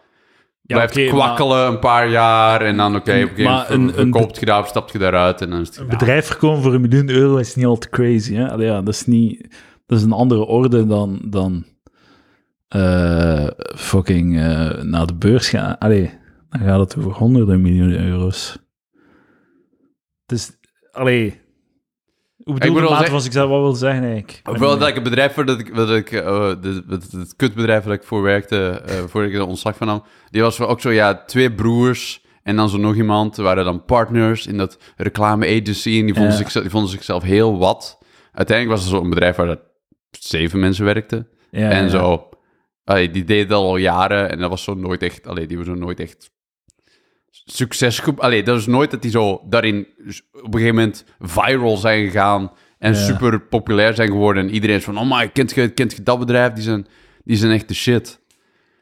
Speaker 3: blijft
Speaker 1: oké,
Speaker 3: kwakkelen een paar jaar en dan oké, op een gegeven
Speaker 1: Maar
Speaker 3: moment
Speaker 1: een- een
Speaker 3: verkoopt je daar of stapt je daaruit en dan is het
Speaker 1: Een
Speaker 3: gedaan.
Speaker 1: bedrijf verkopen voor een miljoen euro is niet al te crazy. Hè? Allee, ja, dat, is niet, dat is een andere orde dan, dan eh, fucking eh, naar de beurs gaan. Allee, dan gaat het over honderden miljoenen euro's. Dus, allee... Hoe bedoel
Speaker 3: wil
Speaker 1: je de
Speaker 3: wel
Speaker 1: mate
Speaker 3: zeggen-
Speaker 1: van succes? Wat wil je zeggen eigenlijk?
Speaker 3: Hoewel dat ik het bedrijf waar dat ik, waar dat ik eh, de- het, het kutbedrijf waar ik voor werkte, eh voordat ik er ontslag van nam, die was wel ook zo, ja, twee broers en dan zo nog iemand, waren dan partners in dat reclame agency en die vonden,
Speaker 1: Ja.
Speaker 3: zichzelf, die vonden zichzelf heel wat. Uiteindelijk was er zo'n bedrijf waar dat zeven mensen werkten
Speaker 1: Ja,
Speaker 3: en
Speaker 1: ja.
Speaker 3: zo. Allee, die deed dat al jaren en dat was zo nooit echt, allee, die was zo nooit echt succes. ge- Allee, dat is nooit dat die zo daarin s- op een gegeven moment viral zijn gegaan en super populair zijn geworden. En iedereen is van, oh my, kent je, kent je dat bedrijf? Die zijn, die zijn echt de shit.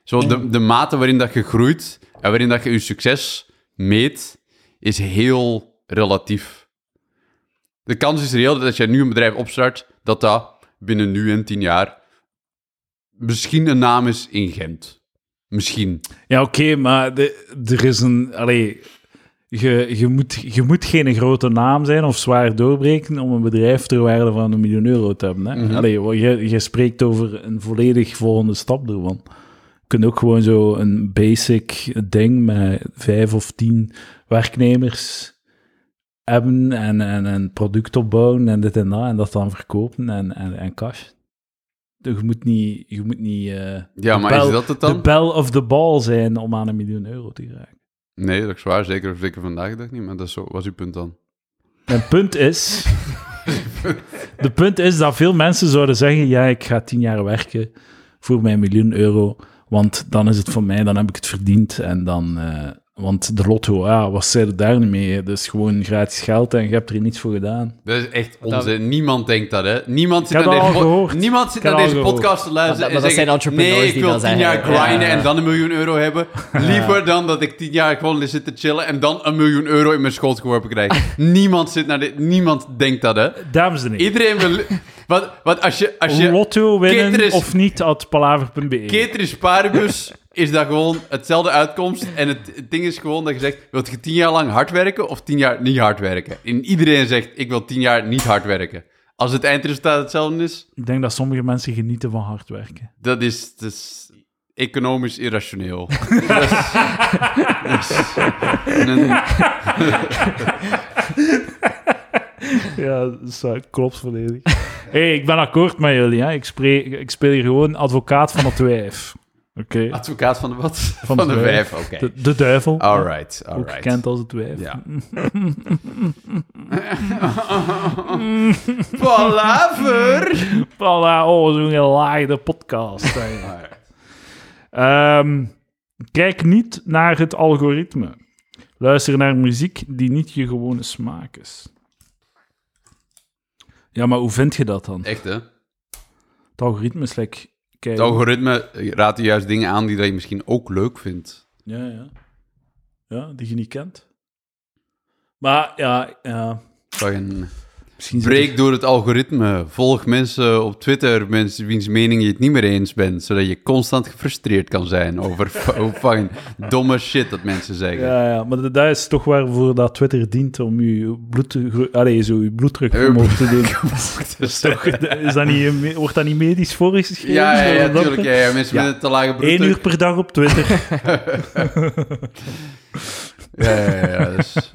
Speaker 3: Zo, de, de mate waarin dat je groeit en waarin dat je je succes meet, is heel relatief. De kans is reëel dat als jij nu een bedrijf opstart, dat dat binnen nu en tien jaar misschien een naam is in Gent. Misschien.
Speaker 1: Ja, oké, maar de, er is een. Allee, je, je, moet, je moet geen grote naam zijn of zwaar doorbreken om een bedrijf ter waarde van een miljoen euro te hebben. Hè?
Speaker 3: Mhm.
Speaker 1: Allee, wa- je, je spreekt over een volledig volgende stap ervan. Je kunt ook gewoon zo een basic ding met vijf of tien werknemers hebben en, en een product opbouwen en dit en dat en dat dan verkopen en, en, en cash. Dus je moet niet... Je moet niet eh,
Speaker 3: Ja,
Speaker 1: de
Speaker 3: maar
Speaker 1: bel-
Speaker 3: is dat het dan?
Speaker 1: De bel of de bal zijn om aan een miljoen euro te geraken.
Speaker 3: Nee, dat is waar. Zeker, zeker vandaag de dag niet. Maar dat is zo, was uw punt dan.
Speaker 1: Mijn punt is... de punt is dat veel mensen zouden zeggen... Ja, ik ga tien jaar werken voor mijn miljoen euro. Want dan is het voor mij, dan heb ik het verdiend. En dan... eh, want de lotto, ah, wat zei er daar nu mee? Dat is gewoon gratis geld en je hebt er niets voor gedaan.
Speaker 3: Dat is echt onzin. Niemand denkt dat, hè? Niemand zit
Speaker 1: heb
Speaker 3: naar
Speaker 1: dat
Speaker 3: deze,
Speaker 1: al
Speaker 3: po-
Speaker 1: gehoord.
Speaker 3: Niemand zit
Speaker 1: Ik heb
Speaker 3: naar
Speaker 1: dat
Speaker 3: deze
Speaker 1: al gehoord.
Speaker 3: podcast te luisteren.
Speaker 2: Maar dat- maar dat
Speaker 3: en
Speaker 2: zijn
Speaker 3: zeggen,
Speaker 2: entrepreneurs
Speaker 3: Nee, ik
Speaker 2: die
Speaker 3: wil
Speaker 2: dat
Speaker 3: tien
Speaker 2: zeggen, ja.
Speaker 3: jaar grinden en dan een miljoen euro hebben. Liever dan dat ik tien jaar gewoon zit te chillen en dan een miljoen euro in mijn schoot geworpen krijg. niemand zit naar dit. Niemand denkt dat, hè?
Speaker 1: Dames en heren,
Speaker 3: Iedereen wil. Wat, wat als je. Als je
Speaker 1: lotto
Speaker 3: Keter
Speaker 1: winnen
Speaker 3: is-
Speaker 1: of niet, at palaver.be.
Speaker 3: Keteris paribus is dat gewoon hetzelfde uitkomst. En het, het ding is gewoon dat je zegt: wilt je tien jaar lang hard werken of tien jaar niet hard werken? En iedereen zegt: ik wil tien jaar niet hard werken. Als het eindresultaat hetzelfde is,
Speaker 1: Ik denk dat sommige mensen genieten van hard werken.
Speaker 3: dat is, dat is economisch irrationeel. dat is, dat is- een-
Speaker 1: Ja, dat is waar, klopt volledig. hey, ik ben akkoord met jullie. Hè. Ik, spreek, ik speel hier gewoon advocaat van het wijf. Oké,
Speaker 3: advocaat van de wat? Van,
Speaker 1: het
Speaker 3: de
Speaker 1: wijf.
Speaker 3: vijf, oké.
Speaker 1: de, de duivel.
Speaker 3: Alright,
Speaker 1: ook
Speaker 3: alright.
Speaker 1: gekend als het wijf.
Speaker 3: Ja. Palaver!
Speaker 1: Voilà, oh, zo'n gelaagde podcast. hè. Ehm, kijk niet naar het algoritme. Luister naar muziek die niet je gewone smaak is. Ja, maar hoe vind je dat dan?
Speaker 3: Echt, hè?
Speaker 1: Het algoritme is like... Kijk,
Speaker 3: Het algoritme raadt je juist dingen aan die dat je misschien ook leuk vindt.
Speaker 1: Ja, ja. Ja, die je niet kent. Maar ja, ja
Speaker 3: Fucking-
Speaker 1: misschien zit
Speaker 3: Breek door het algoritme. Volg mensen op Twitter, mensen wiens mening je het niet meer eens bent, zodat je constant gefrustreerd kan zijn over f- hoe fucking domme shit dat mensen
Speaker 1: er-
Speaker 3: zeggen.
Speaker 1: Ja, ja, maar dat- dat is toch waarvoor dat Twitter dient om je, bloed, allez, zo, je bloeddruk
Speaker 3: Eh,
Speaker 1: omhoog te doen.
Speaker 3: Dat is
Speaker 1: Toch,
Speaker 3: toch-
Speaker 1: is dat niet, me- wordt dat niet medisch voorgeschreven?
Speaker 3: Ja, ja, ja,
Speaker 1: Zo, dat-
Speaker 3: natuurlijk. Ja, ja, mensen
Speaker 1: Ja.
Speaker 3: met een te lage
Speaker 1: Eén
Speaker 3: bloeddruk.
Speaker 1: uur per dag op Twitter.
Speaker 3: Ja, ja, ja. ja, dat is-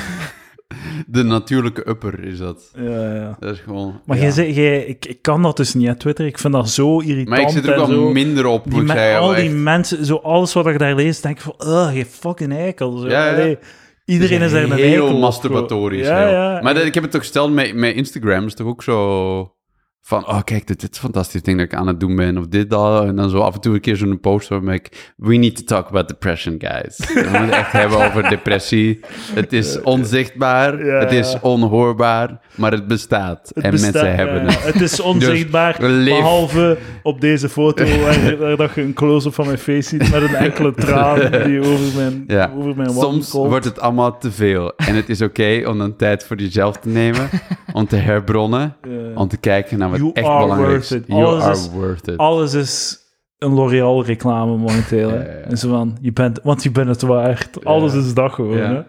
Speaker 3: De natuurlijke upper is dat.
Speaker 1: ja, ja.
Speaker 3: Dat is gewoon...
Speaker 1: Maar
Speaker 3: ja.
Speaker 1: jij zegt, jij, ik, ik kan dat dus niet, hè, Twitter. Ik vind dat zo irritant.
Speaker 3: Maar ik zit er
Speaker 1: en
Speaker 3: ook
Speaker 1: zo.
Speaker 3: wel minder op,
Speaker 1: Die
Speaker 3: moet ik
Speaker 1: met
Speaker 3: zeggen.
Speaker 1: al
Speaker 3: wel
Speaker 1: die
Speaker 3: echt.
Speaker 1: mensen, zo alles wat ik daar lees, denk ik van, oh, je fucking eikel. Zo,
Speaker 3: Ja, ja.
Speaker 1: allee, iedereen is daar een eikel.
Speaker 3: heel
Speaker 1: op,
Speaker 3: masturbatorisch.
Speaker 1: zo. Ja,
Speaker 3: heel.
Speaker 1: ja.
Speaker 3: Maar dat- ik heb het toch gesteld met, met Instagram. is toch ook zo van, oh kijk, dit, dit is een fantastisch ding dat ik aan het doen ben. Of dit, dat. En dan zo af en toe een keer zo'n post waarmee ik... We need to talk about depression, guys. We moeten het echt hebben over depressie. Het is onzichtbaar.
Speaker 1: Ja.
Speaker 3: Het is onhoorbaar. Maar het bestaat.
Speaker 1: Het
Speaker 3: en
Speaker 1: bestaat-
Speaker 3: mensen
Speaker 1: ja,
Speaker 3: hebben
Speaker 1: ja.
Speaker 3: het.
Speaker 1: Het is onzichtbaar,
Speaker 3: Dus leef.
Speaker 1: behalve op deze foto waar, waar dat je een close-up van mijn face ziet met een enkele traan die over mijn,
Speaker 3: Ja.
Speaker 1: over mijn wang
Speaker 3: Soms
Speaker 1: komt.
Speaker 3: wordt het allemaal te veel. En het is oké om dan tijd voor jezelf te nemen. om te herbronnen.
Speaker 1: Ja.
Speaker 3: Om te kijken naar wat
Speaker 1: You
Speaker 3: echt
Speaker 1: are
Speaker 3: belangrijk is.
Speaker 1: worth it.
Speaker 3: You
Speaker 1: Alles
Speaker 3: are
Speaker 1: is-
Speaker 3: worth it.
Speaker 1: Alles is een L'Oreal-reclame momenteel. hè.
Speaker 3: Ja, ja, ja.
Speaker 1: En zo van, je bent, want je bent het waard. Alles is dat gewoon.
Speaker 3: Ja.
Speaker 1: Hè?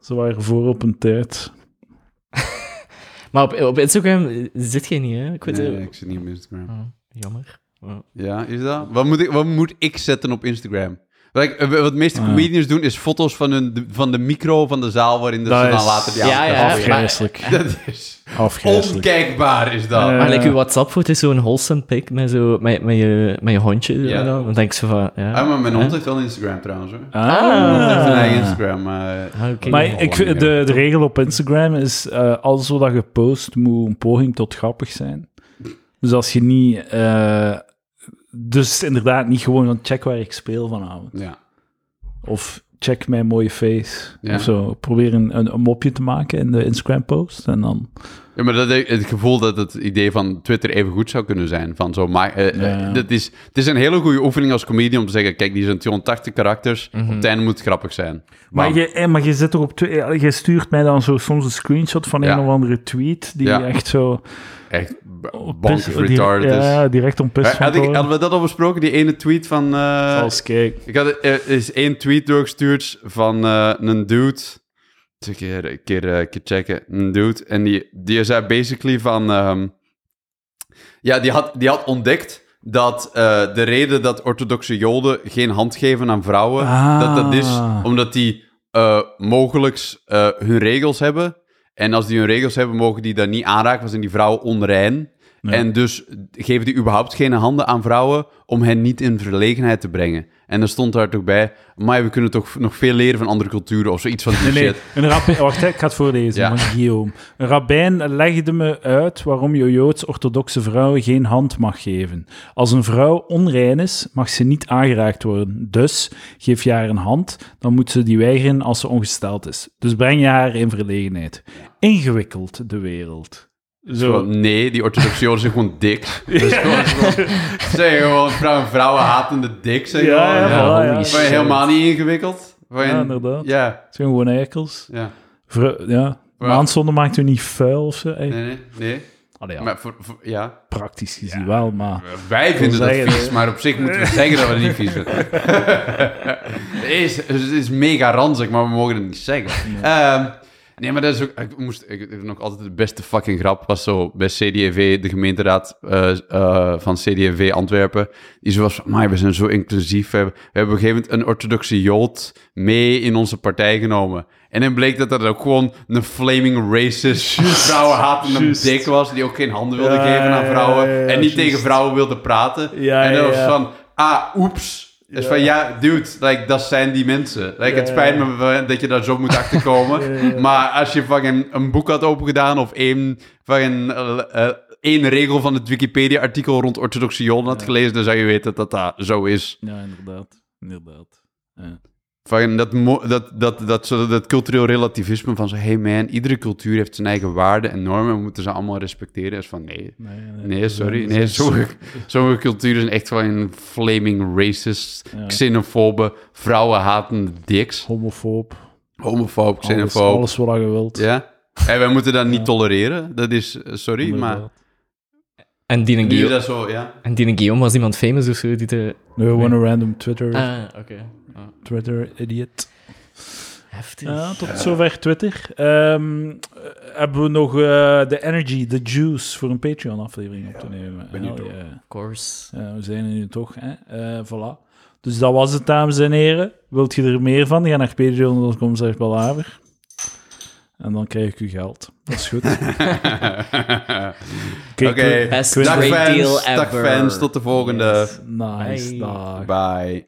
Speaker 1: Ze waren voor op een tijd.
Speaker 2: Maar op, op Instagram eh, zit jij niet, hè? Ik weet
Speaker 3: Nee,
Speaker 2: het-
Speaker 3: ik zit niet op Instagram.
Speaker 2: Oh, jammer. Oh.
Speaker 3: Ja, is dat? Wat moet ik, wat moet ik zetten op Instagram? Wat, ik- eh, wat de meeste comedians doen, is foto's van, hun, de- van de micro van de zaal waarin de
Speaker 1: Dat
Speaker 3: ze dan
Speaker 1: is-
Speaker 3: later die
Speaker 2: Ja,
Speaker 3: aandacht
Speaker 2: ja.
Speaker 3: hebben.
Speaker 1: Afgrijselijk.
Speaker 3: Dat is
Speaker 1: Afgrijselijk.
Speaker 3: onkijkbaar, is dat.
Speaker 1: Eh,
Speaker 2: Maar like, je WhatsApp-foto is zo'n wholesome pic met, zo, met, met, je, met je hondje.
Speaker 3: Ja.
Speaker 2: en Dan dan denk ik zo van... Ja,
Speaker 3: Ah, maar mijn hond heeft wel een Instagram trouwens. Hoor.
Speaker 1: Ah.
Speaker 3: Hij heeft een eigen Instagram. Maar,
Speaker 2: Ah, oké.
Speaker 1: Maar
Speaker 2: Nog
Speaker 1: ik, vind- de, de regel op Instagram is, eh alles wat je post moet een poging tot grappig zijn. Dus als je niet... eh, dus inderdaad niet gewoon van check waar ik speel vanavond.
Speaker 3: Ja.
Speaker 1: Of check mijn mooie face.
Speaker 3: Ja.
Speaker 1: Of zo. Probeer een, een, een mopje te maken in de Instagram post. En dan
Speaker 3: Ja, maar dat, ik- het gevoel dat het idee van Twitter even goed zou kunnen zijn. Van zo, maar, eh, eh,
Speaker 1: Ja.
Speaker 3: dat is, het is een hele goede oefening als comedian om te zeggen... Kijk, die zijn 280 karakters. Op het einde moet het grappig zijn.
Speaker 1: Mhm. Maar,
Speaker 3: Wauw.
Speaker 1: je, eh, maar je zit toch op twi- eh, je stuurt mij dan zo soms een screenshot van
Speaker 3: Ja.
Speaker 1: een of andere tweet die
Speaker 3: Ja.
Speaker 1: echt zo
Speaker 3: Echt b- bonk
Speaker 1: pis- Oh, die-
Speaker 3: retarded is.
Speaker 1: ja, direct onpist
Speaker 3: Eh,
Speaker 1: van
Speaker 3: had ik-
Speaker 1: te worden.
Speaker 3: hadden we dat al besproken? Die ene tweet van... eh,
Speaker 1: Als kijk.
Speaker 3: Ik had eh, er is één tweet doorgestuurd van eh, een dude. Eens een keer, een keer, eh, een keer checken. Een dude. En die, die zei basically van... ehm, ja, die had, die had ontdekt dat eh, de reden dat orthodoxe joden geen hand geven aan vrouwen...
Speaker 1: Ah.
Speaker 3: Dat dat is omdat die eh mogelijks eh, hun regels hebben. En als die hun regels hebben, mogen die dat niet aanraken. Want zijn die vrouwen onrein. En dus geven die überhaupt geen handen aan vrouwen om hen niet in verlegenheid te brengen. En er stond daar toch bij, maar we kunnen toch nog veel leren van andere culturen of zoiets van die
Speaker 1: Nee, nee,
Speaker 3: shit.
Speaker 1: een rabbijn... Wacht, hè, ik ga het voorlezen
Speaker 3: Ja.
Speaker 1: van Guillaume. Een rabbijn legde me uit waarom je Joods-orthodoxe vrouwen geen hand mag geven. Als een vrouw onrein is, mag ze niet aangeraakt worden. Dus geef je haar een hand, dan moet ze die weigeren als ze ongesteld is. Dus breng je haar in verlegenheid. Ingewikkeld, de wereld. Zo.
Speaker 3: Gewoon, nee, die orthodoxe joden zijn gewoon dik. Dus gewoon, gewoon- zijn gewoon vrouwen, vrouwen hatende dik. Zijn
Speaker 1: Ja, ja,
Speaker 3: gewoon, ja.
Speaker 1: voilà, ja.
Speaker 2: holy
Speaker 3: Vond je helemaal niet ingewikkeld? Vond je-
Speaker 1: Ja, inderdaad.
Speaker 3: Ja,
Speaker 1: Het zijn gewoon eikels.
Speaker 3: ja.
Speaker 1: Vrou- ja. Maandzonde maakt u niet vuil of zo. Ey,
Speaker 3: Nee, nee, nee.
Speaker 1: Allee, ja,
Speaker 3: Maar voor, voor- ja.
Speaker 1: praktisch gezien wel, maar...
Speaker 3: Wij vinden dat
Speaker 1: zeggen,
Speaker 3: vies, maar op zich moeten we zeggen dat we het niet vies vinden. het, is, het is mega ranzig, maar we mogen het niet zeggen. Ehm, nee, maar dat is ook... Ik moest ik, ik- nog altijd de beste fucking grap. was zo bij CDV, de gemeenteraad eh, eh, van CDV Antwerpen. Die zo was van, "Amai, we zijn zo inclusief. We hebben, we hebben op een gegeven moment een orthodoxe jood mee in onze partij genomen. En dan bleek dat dat ook gewoon een flaming racist, vrouwenhatende
Speaker 1: juist.
Speaker 3: dik was. Die ook geen handen wilde
Speaker 1: Ja,
Speaker 3: geven aan
Speaker 1: ja,
Speaker 3: vrouwen.
Speaker 1: ja, ja,
Speaker 3: en niet
Speaker 1: juist.
Speaker 3: tegen vrouwen wilde praten.
Speaker 1: Ja,
Speaker 3: en dan
Speaker 1: ja,
Speaker 3: was
Speaker 1: ja.
Speaker 3: van, ah, oeps. Dus van, ja, dude, like, dat zijn die mensen. Like, het
Speaker 1: ja,
Speaker 3: spijt
Speaker 1: ja.
Speaker 3: me wel dat je daar zo moet achterkomen. Maar als je fucking een boek had opengedaan of één, fucking, eh, eh, één regel van het Wikipedia-artikel rond orthodoxe joden had gelezen, dan zou je weten dat dat zo is.
Speaker 1: Ja, inderdaad. Inderdaad. Ja.
Speaker 3: Fucking dat, mo- dat, dat, dat, zo- dat cultureel relativisme van zo, hey man, iedere cultuur heeft zijn eigen waarden en normen, we moeten ze allemaal respecteren. Is van, nee,
Speaker 1: Nee,
Speaker 3: Nee, sorry. Nee, sommige, sommige culturen zijn echt wel een flaming racist,
Speaker 1: Ja.
Speaker 3: xenofobe, vrouwenhatende diks.
Speaker 1: Homofoob.
Speaker 3: Homofoob,
Speaker 1: Alles,
Speaker 3: xenofoob.
Speaker 1: alles wat je wilt.
Speaker 3: Ja? En wij moeten dat niet tolereren. Dat is, eh, sorry, maar...
Speaker 1: Inderdaad.
Speaker 2: En die
Speaker 3: Nu
Speaker 2: een
Speaker 3: is
Speaker 2: Guillaume,
Speaker 3: dat zo, ja.
Speaker 2: en die een Guillaume was iemand famous of zo die de...
Speaker 1: Nee, gewoon een random Twitter,
Speaker 2: Ah, oké.
Speaker 1: Twitter idiot.
Speaker 2: Heftig.
Speaker 1: Ja, tot zover Twitter. Ehm, eh, hebben we nog eh, de energy, de juice voor een Patreon-aflevering op te nemen?
Speaker 3: benieuwd
Speaker 1: Hell
Speaker 3: hoor.
Speaker 1: yeah.
Speaker 2: Of course.
Speaker 1: Eh, we zijn er nu toch, hè? Eh, voilà. Dus dat was het, dames en heren. Wilt je er meer van? Ga naar patreon.com, zeg Balaver. En dan krijg ik uw geld. Dat is goed. Oké,
Speaker 3: Oké,
Speaker 1: ik wil-
Speaker 2: Best
Speaker 1: ik wil-
Speaker 3: dag
Speaker 2: great
Speaker 3: fans,
Speaker 2: deal
Speaker 3: dag
Speaker 2: ever.
Speaker 3: fans, tot de volgende.
Speaker 2: Yes.
Speaker 1: Nice,
Speaker 2: Bye.
Speaker 1: dag.
Speaker 3: Bye.